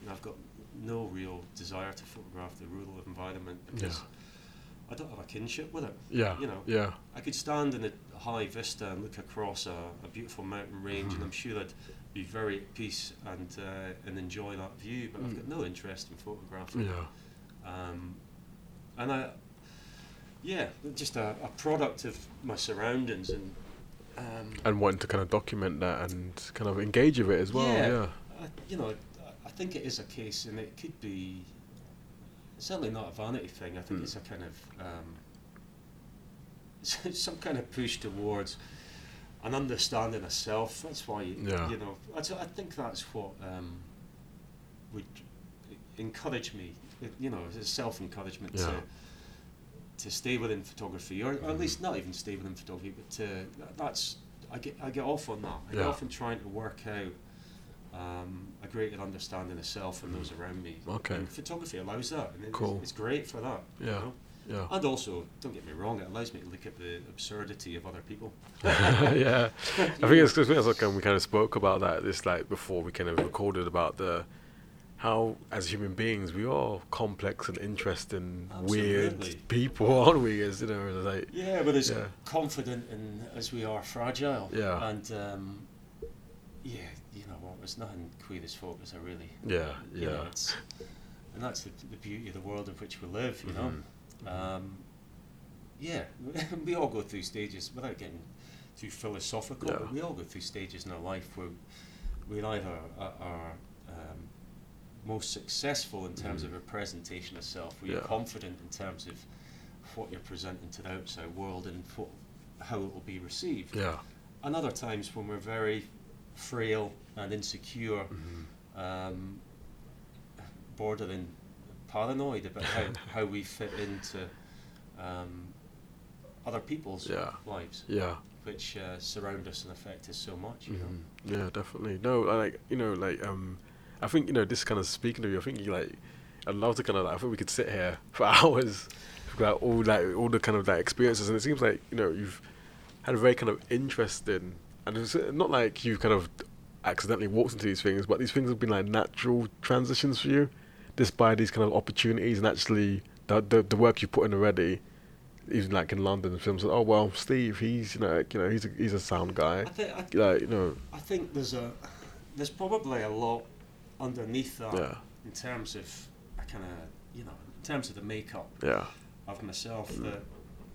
B: you know, I've got no real desire to photograph the rural environment because I don't have a kinship with it.
C: Yeah.
B: You know.
C: Yeah.
B: I could stand in a high vista and look across a, a beautiful mountain range, and I'm sure I'd be very at peace and uh, and enjoy that view. But I've got no interest in photographing.
C: Yeah.
B: Um, and I, yeah, just a, a product of my surroundings and. Um,
C: And wanting to kind of document that and kind of engage with it as well.
B: Yeah.
C: Yeah.
B: I, you know, I- I think it is a case, and it could be certainly not a vanity thing. I think
C: Mm.
B: it's a kind of um, some kind of push towards an understanding of self. That's why you,
C: Yeah.
B: you know. That's, I think that's what um, would encourage me. You know, self encouragement
C: Yeah. Hmm.
B: to to stay within photography, or at least not even stay within photography, but to, that's I get I get off on that. I get
C: Yeah.
B: off on trying to work out um, a greater understanding of self and those around me.
C: Mm. Okay.
B: And photography allows that, and it-
C: Cool.
B: it's, it's great for that. you
C: Yeah.
B: know?
C: Yeah.
B: And also, don't get me wrong, it allows me to look at the absurdity of other people.
C: yeah. I think it's because like, um, we kind of spoke about that this like before we kind of recorded about the how as human beings we are complex and interesting,
B: Absolutely.
C: weird people, aren't we? As you know, it's like
B: Yeah, but as
C: Yeah.
B: confident and as we are fragile.
C: Yeah.
B: And um, yeah, you know what? There's nothing queer as folk as I really.
C: yeah,
B: you know,
C: yeah,
B: it's, and that's the, the beauty of the world in which we live,
C: Mm-hmm.
B: you know. Um, yeah, we all go through stages without getting too philosophical.
C: Yeah.
B: But we all go through stages in our life where we either are, are um, most successful in terms of your presentation of self, where you're
C: Mm. Yeah.
B: confident in terms of what you're presenting to the outside world and what, how it will be received
C: yeah,
B: and other times when we're very frail and insecure,
C: Mm-hmm.
B: um, bordering paranoid about how, how we fit into um, other people's
C: Yeah.
B: lives,
C: yeah.
B: which uh, surround us and affect us so much. You
C: Mm-hmm.
B: know?
C: Yeah, definitely. No, like you know, like um, I think you know this kind of speaking to you. I think you like, I'd love to kind of. Like, I think we could sit here for hours, about all like all the kind of like experiences, and it seems like you know you've had a very kind of interesting, and it's uh, not like you kind of accidentally walked into these things, but these things have been like natural transitions for you, despite these kind of opportunities and actually the the, the work you put in already. Even like in London, films. Like, oh well, Steve, he's you know, like, you know, he's a, he's a sound guy.
B: I, th- I,
C: Like you know,
B: I think there's a there's probably a lot underneath that
C: Yeah.
B: in terms of I kind of you know in terms of the makeup
C: Yeah.
B: of myself
C: Mm-hmm.
B: that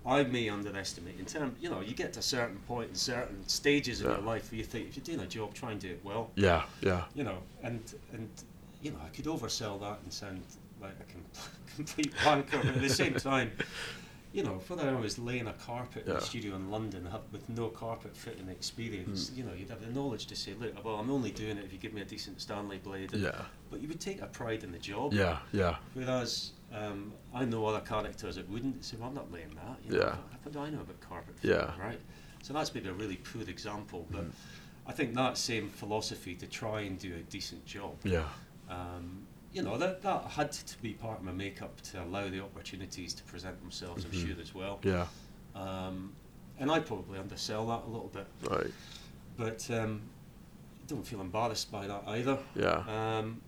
B: I may underestimate. In term, you know, you get to a certain point in certain stages of
C: Yeah.
B: your life where you think if you're doing a job, try and do it well.
C: Yeah. Yeah.
B: You know, and and you know, I could oversell that and sound like a com- complete wanker, but at the same time. You know, whether I was laying a carpet in
C: Yeah.
B: a studio in London have, with no carpet fitting experience,
C: Hmm.
B: you know, you'd have the knowledge to say, look, well, I'm only doing it if you give me a decent Stanley blade. and-
C: Yeah.
B: But you would take a pride in the job.
C: Yeah. Yeah.
B: Whereas um, I know other characters that wouldn't say, well, I'm not laying that. You know,
C: Yeah.
B: How do I know about carpet?
C: Yeah. Mm.
B: fitting, Right? So that's maybe a really poor example, but I think that same philosophy to try and do a decent job,
C: Yeah.
B: um, you know, that, that had to be part of my makeup to allow the opportunities to present themselves,
C: Mm-hmm.
B: I'm sure, as well.
C: Yeah.
B: Um, and I probably undersell that a little bit,
C: Right.
B: but um, don't feel embarrassed by that either.
C: Yeah.
B: Um,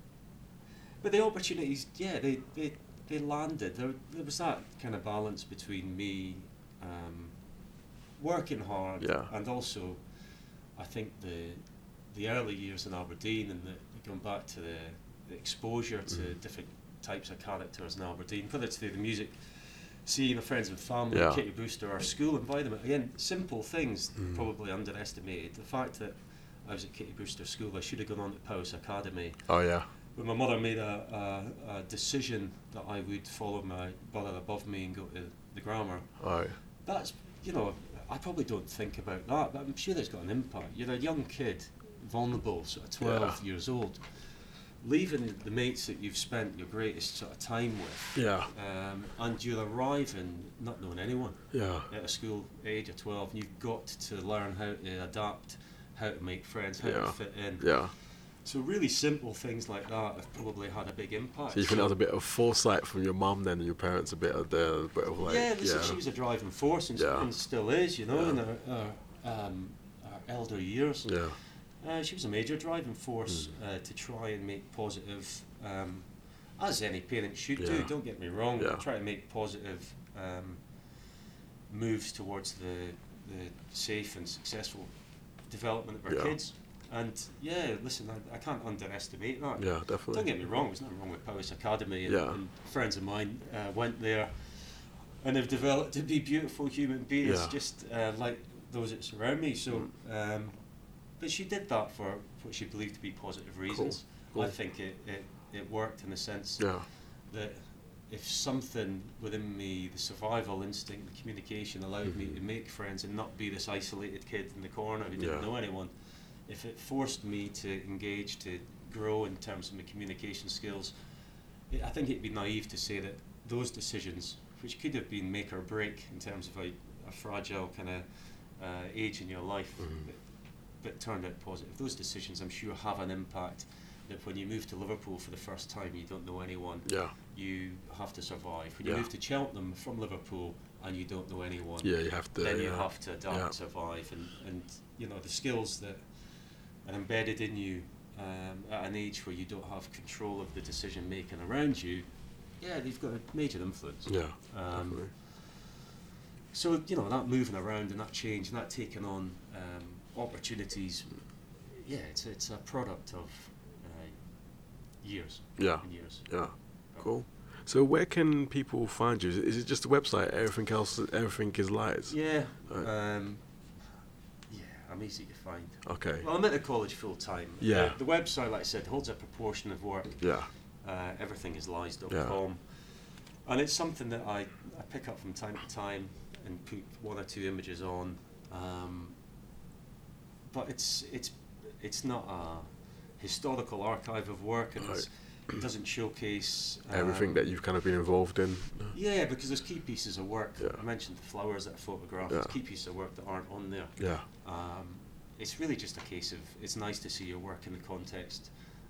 B: but the opportunities, yeah, they, they, they landed. There, there was that kind of balance between me um, working hard
C: Yeah.
B: and also, I think, the, the early years in Aberdeen and the, going back to the, the exposure to
C: Mm.
B: different types of characters in Aberdeen, whether it's through the music scene, or friends and family,
C: Yeah.
B: Kitty Brewster, our school environment. Again, simple things probably underestimated. The fact that I was at Kitty Brewster School, I should have gone on to Powis Academy.
C: Oh yeah.
B: But my mother made a, a, a decision that I would follow my brother above me and go to the grammar.
C: All right.
B: That's, you know, I probably don't think about that, but I'm sure that's got an impact. You're a young kid, vulnerable, sort of 12 years old. Leaving the mates that you've spent your greatest sort of time with,
C: Yeah.
B: um, and you're arriving not knowing anyone
C: Yeah.
B: at a school age of 12, and you've got to learn how to adapt, how to make friends, how
C: Yeah.
B: to fit in
C: Yeah.
B: So really simple things like that have probably had a big impact.
C: So you think that was a bit of foresight from your mum then, and your parents a bit of the bit of like
B: yeah, this
C: yeah.
B: Is, she was a driving force and, s-
C: Yeah.
B: and still is, you know,
C: Yeah.
B: in her, her, um, her elder years.
C: yeah.
B: Uh, she was a major driving force
C: Hmm.
B: uh, to try and make positive, um, as any parent should do,
C: Yeah.
B: don't get me wrong,
C: Yeah.
B: try to make positive um, moves towards the, the safe and successful development of our
C: Yeah.
B: kids. And yeah, listen, I, I can't underestimate that.
C: Yeah, definitely.
B: Don't get me wrong, there's nothing wrong with Powis Academy. And,
C: Yeah.
B: and friends of mine uh, went there and have developed to be beautiful human beings,
C: Yeah. Mm.
B: just uh, like those that surround me. So, um, but she did that for what she believed to be positive reasons. I
C: cool.
B: think it, it, it worked in the sense
C: Yeah,
B: that if something within me, the survival instinct, the communication allowed me
C: Mhm.
B: to make friends and not be this isolated kid in the corner who didn't
C: Yeah.
B: know anyone, if it forced me to engage, to grow in terms of my communication skills, it, I think it'd be naive to say that those decisions, which could have been make or break in terms of a, a fragile kind of uh, age in your life,
C: Mhm.
B: but, but turned out positive, those decisions I'm sure have an impact. That when you move to Liverpool for the first time, you don't know anyone
C: yeah,
B: you have to survive. When you
C: Yeah.
B: move to Cheltenham from Liverpool and you don't know anyone,
C: yeah. You have to.
B: then you
C: yeah.
B: have to adapt,
C: Yeah.
B: survive, and, and you know the skills that are embedded in you um, at an age where you don't have control of the decision making around you. Yeah, they've got a major influence.
C: Yeah,
B: Um,
C: definitely.
B: so you know that moving around and that change and that taking on um, opportunities, yeah, it's it's a product of uh, years
C: yeah,
B: and years.
C: yeah. Cool. So where can people find you? Is it- Is it just the website? Everything else, everything is lies.
B: Yeah.
C: Right.
B: Um, yeah, I'm easy to find.
C: Okay.
B: Well, I'm at the college full time.
C: Yeah.
B: The, the website, like I said, holds a proportion of work.
C: Yeah.
B: Uh, everything is lies.com. And it's something that I, I pick up from time to time and put one or two images on. Um, but it's, it's, it's not a historical archive of work and it's, it doesn't showcase
C: Everything
B: um,
C: that you've kind of been involved in.
B: yeah, because there's key pieces of work.
C: Yeah.
B: I mentioned the flowers that I photographed.
C: Yeah.
B: There's key pieces of work that aren't on there.
C: Yeah.
B: Um, it's really just a case of it's nice to see your work in the context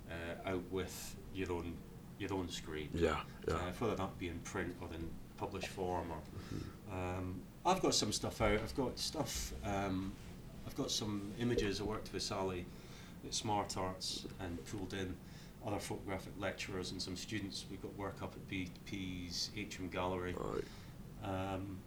B: uh, out with your own your own screen,
C: Yeah. Yeah.
B: uh, whether that be in print or in published form.
C: Mm-hmm.
B: Or um, I've got some stuff out. I've got stuff. Um, I've got some images. I worked with Sally at Smart Arts and pulled in other photographic lecturers and some students. We've got work up at BP's Atrium Gallery
C: Right.
B: um,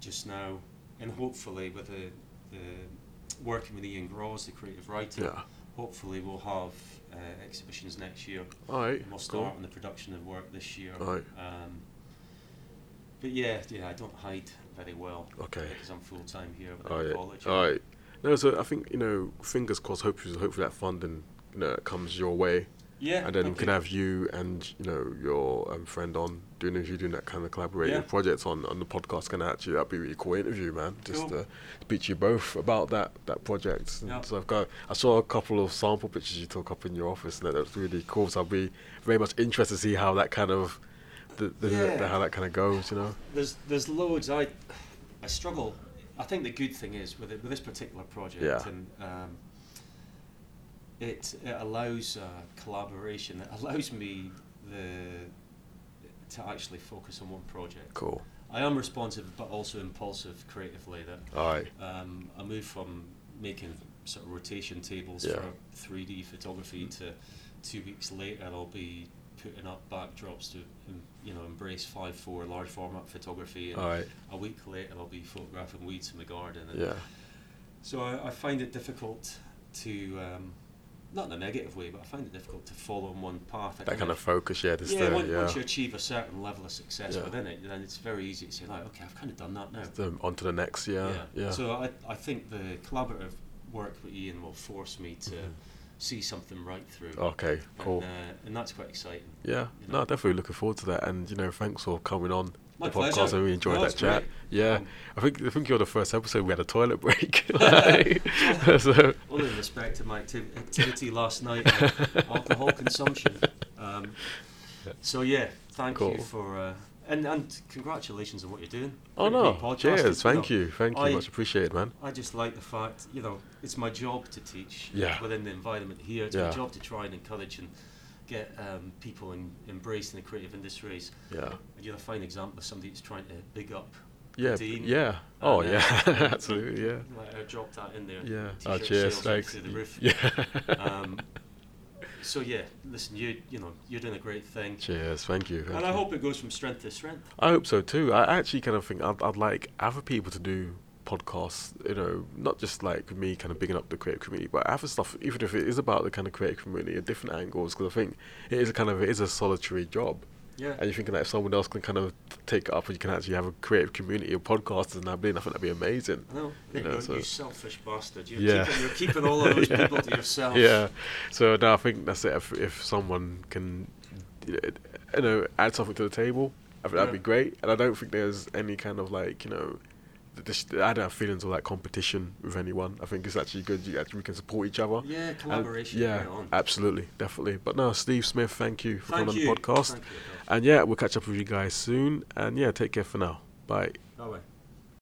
B: just now, and hopefully with the, the working with Ian Gross, the creative writer,
C: Yeah.
B: hopefully we'll have uh, exhibitions next year.
C: All right.
B: We'll start
C: Cool.
B: on the production of work this year.
C: Right.
B: Um, but yeah, yeah, I don't hide very well
C: Okay.
B: because I'm full time here with
C: All
B: the
C: right.
B: college.
C: All right. No, so I think you know, fingers crossed. Hopefully, hopefully that funding you know comes your way,
B: Yeah,
C: and then we
B: okay.
C: can have you and you know your um, friend on doing you doing that kind of collaborative
B: Yeah.
C: projects on on the podcast. Can actually that'd be a really cool interview, man. Just
B: Cool.
C: uh, speak to you both about that that project. And
B: Yeah.
C: So I've got I saw a couple of sample pictures you took up in your office, and that was really cool. So I'll be very much interested to see how that kind of. The, the,
B: Yeah.
C: the, how that kind of goes, you know.
B: there's there's loads. I I struggle. I think the good thing is with it, with this particular project,
C: Yeah.
B: and um, it it allows uh, collaboration. It allows me the to actually focus on one project.
C: Cool.
B: I am responsive, but also impulsive creatively. That
C: All right.
B: um, I moved from making sort of rotation tables
C: Yeah.
B: for 3D photography to two weeks later I'll be putting up backdrops to um, you know embrace 5.4 large format photography and
C: All right.
B: a week later I'll be photographing weeds in the garden and
C: Yeah.
B: so I, I find it difficult to um, not in a negative way but I find it difficult to follow on one path I
C: That kind of focus. Yeah. This
B: yeah,
C: there,
B: once,
C: yeah.
B: once you achieve a certain level of success
C: Yeah.
B: within it then it's very easy to say like okay I've kind of done that now
C: Them onto the next, yeah, yeah,
B: So I, I think the collaborative work with Ian will force me to
C: Mhm.
B: see something right through.
C: okay, cool,
B: And, uh, and that's quite exciting.
C: yeah.
B: you
C: No,
B: know.
C: definitely looking forward to that. And you know, thanks for coming on
B: My
C: the podcast. I
B: pleasure.
C: really enjoyed
B: No,
C: that
B: it's
C: chat.
B: great.
C: Yeah,
B: Um,
C: I think I think you're the first episode we had a toilet break. Like, so
B: All in respect to my activ- activity last night, and alcohol consumption. Um, so yeah, thank
C: Cool.
B: you for uh, And and congratulations on what you're doing.
C: Oh
B: Great- great
C: no!
B: podcast,
C: Cheers! Thank
B: know.
C: you, thank you,
B: I-
C: much appreciated, man.
B: I just like the fact, you know, it's my job to teach
C: Yeah.
B: within the environment here. It's
C: Yeah.
B: my job to try and encourage and get um, people in, embracing the creative industries.
C: Yeah,
B: And you're a fine example of somebody that's trying to big up.
C: yeah,
B: Dean,
C: yeah. Oh
B: and, uh,
C: yeah, absolutely, yeah,
B: Like, I dropped that in there.
C: yeah.
B: T-shirt
C: Oh, cheers!
B: sales went
C: Thanks.
B: Through the roof.
C: Yeah.
B: Um, so yeah, listen, you you know you're doing a great thing,
C: Cheers! Thank you. thank
B: and I
C: you.
B: hope it goes from strength to strength.
C: I hope so too. I actually kind of think I'd, I'd like other people to do podcasts, you know, not just like me kind of bigging up the creative community, but other stuff, even if it is about the kind of creative community at different angles, because I think it is a kind of, it is a solitary job.
B: Yeah.
C: And you're thinking that if someone else can kind of take it up and you can actually have a creative community of podcasters and I believe, I think that'd be amazing.
B: No,
C: You
B: you,
C: know,
B: you
C: so-
B: selfish bastard. You're,
C: Yeah.
B: keeping, you're keeping all of those
C: Yeah.
B: people to yourself.
C: Yeah. So no, I think that's it. If, if someone can, you know, add something to the table, I think that'd be
B: Yeah.
C: great. And I don't think there's any kind of like, you know, th- this, I don't have feelings of like competition with anyone. I think it's actually good. You actually, we can support each other.
B: Yeah,
C: And-
B: collaboration.
C: yeah,
B: right on.
C: absolutely, definitely. But no, Steve Smith, thank you for
B: Thank
C: coming
B: you.
C: on the podcast.
B: Thank you.
C: And yeah, we'll catch up with you guys soon. And yeah, take care for now. Bye.
B: Bye.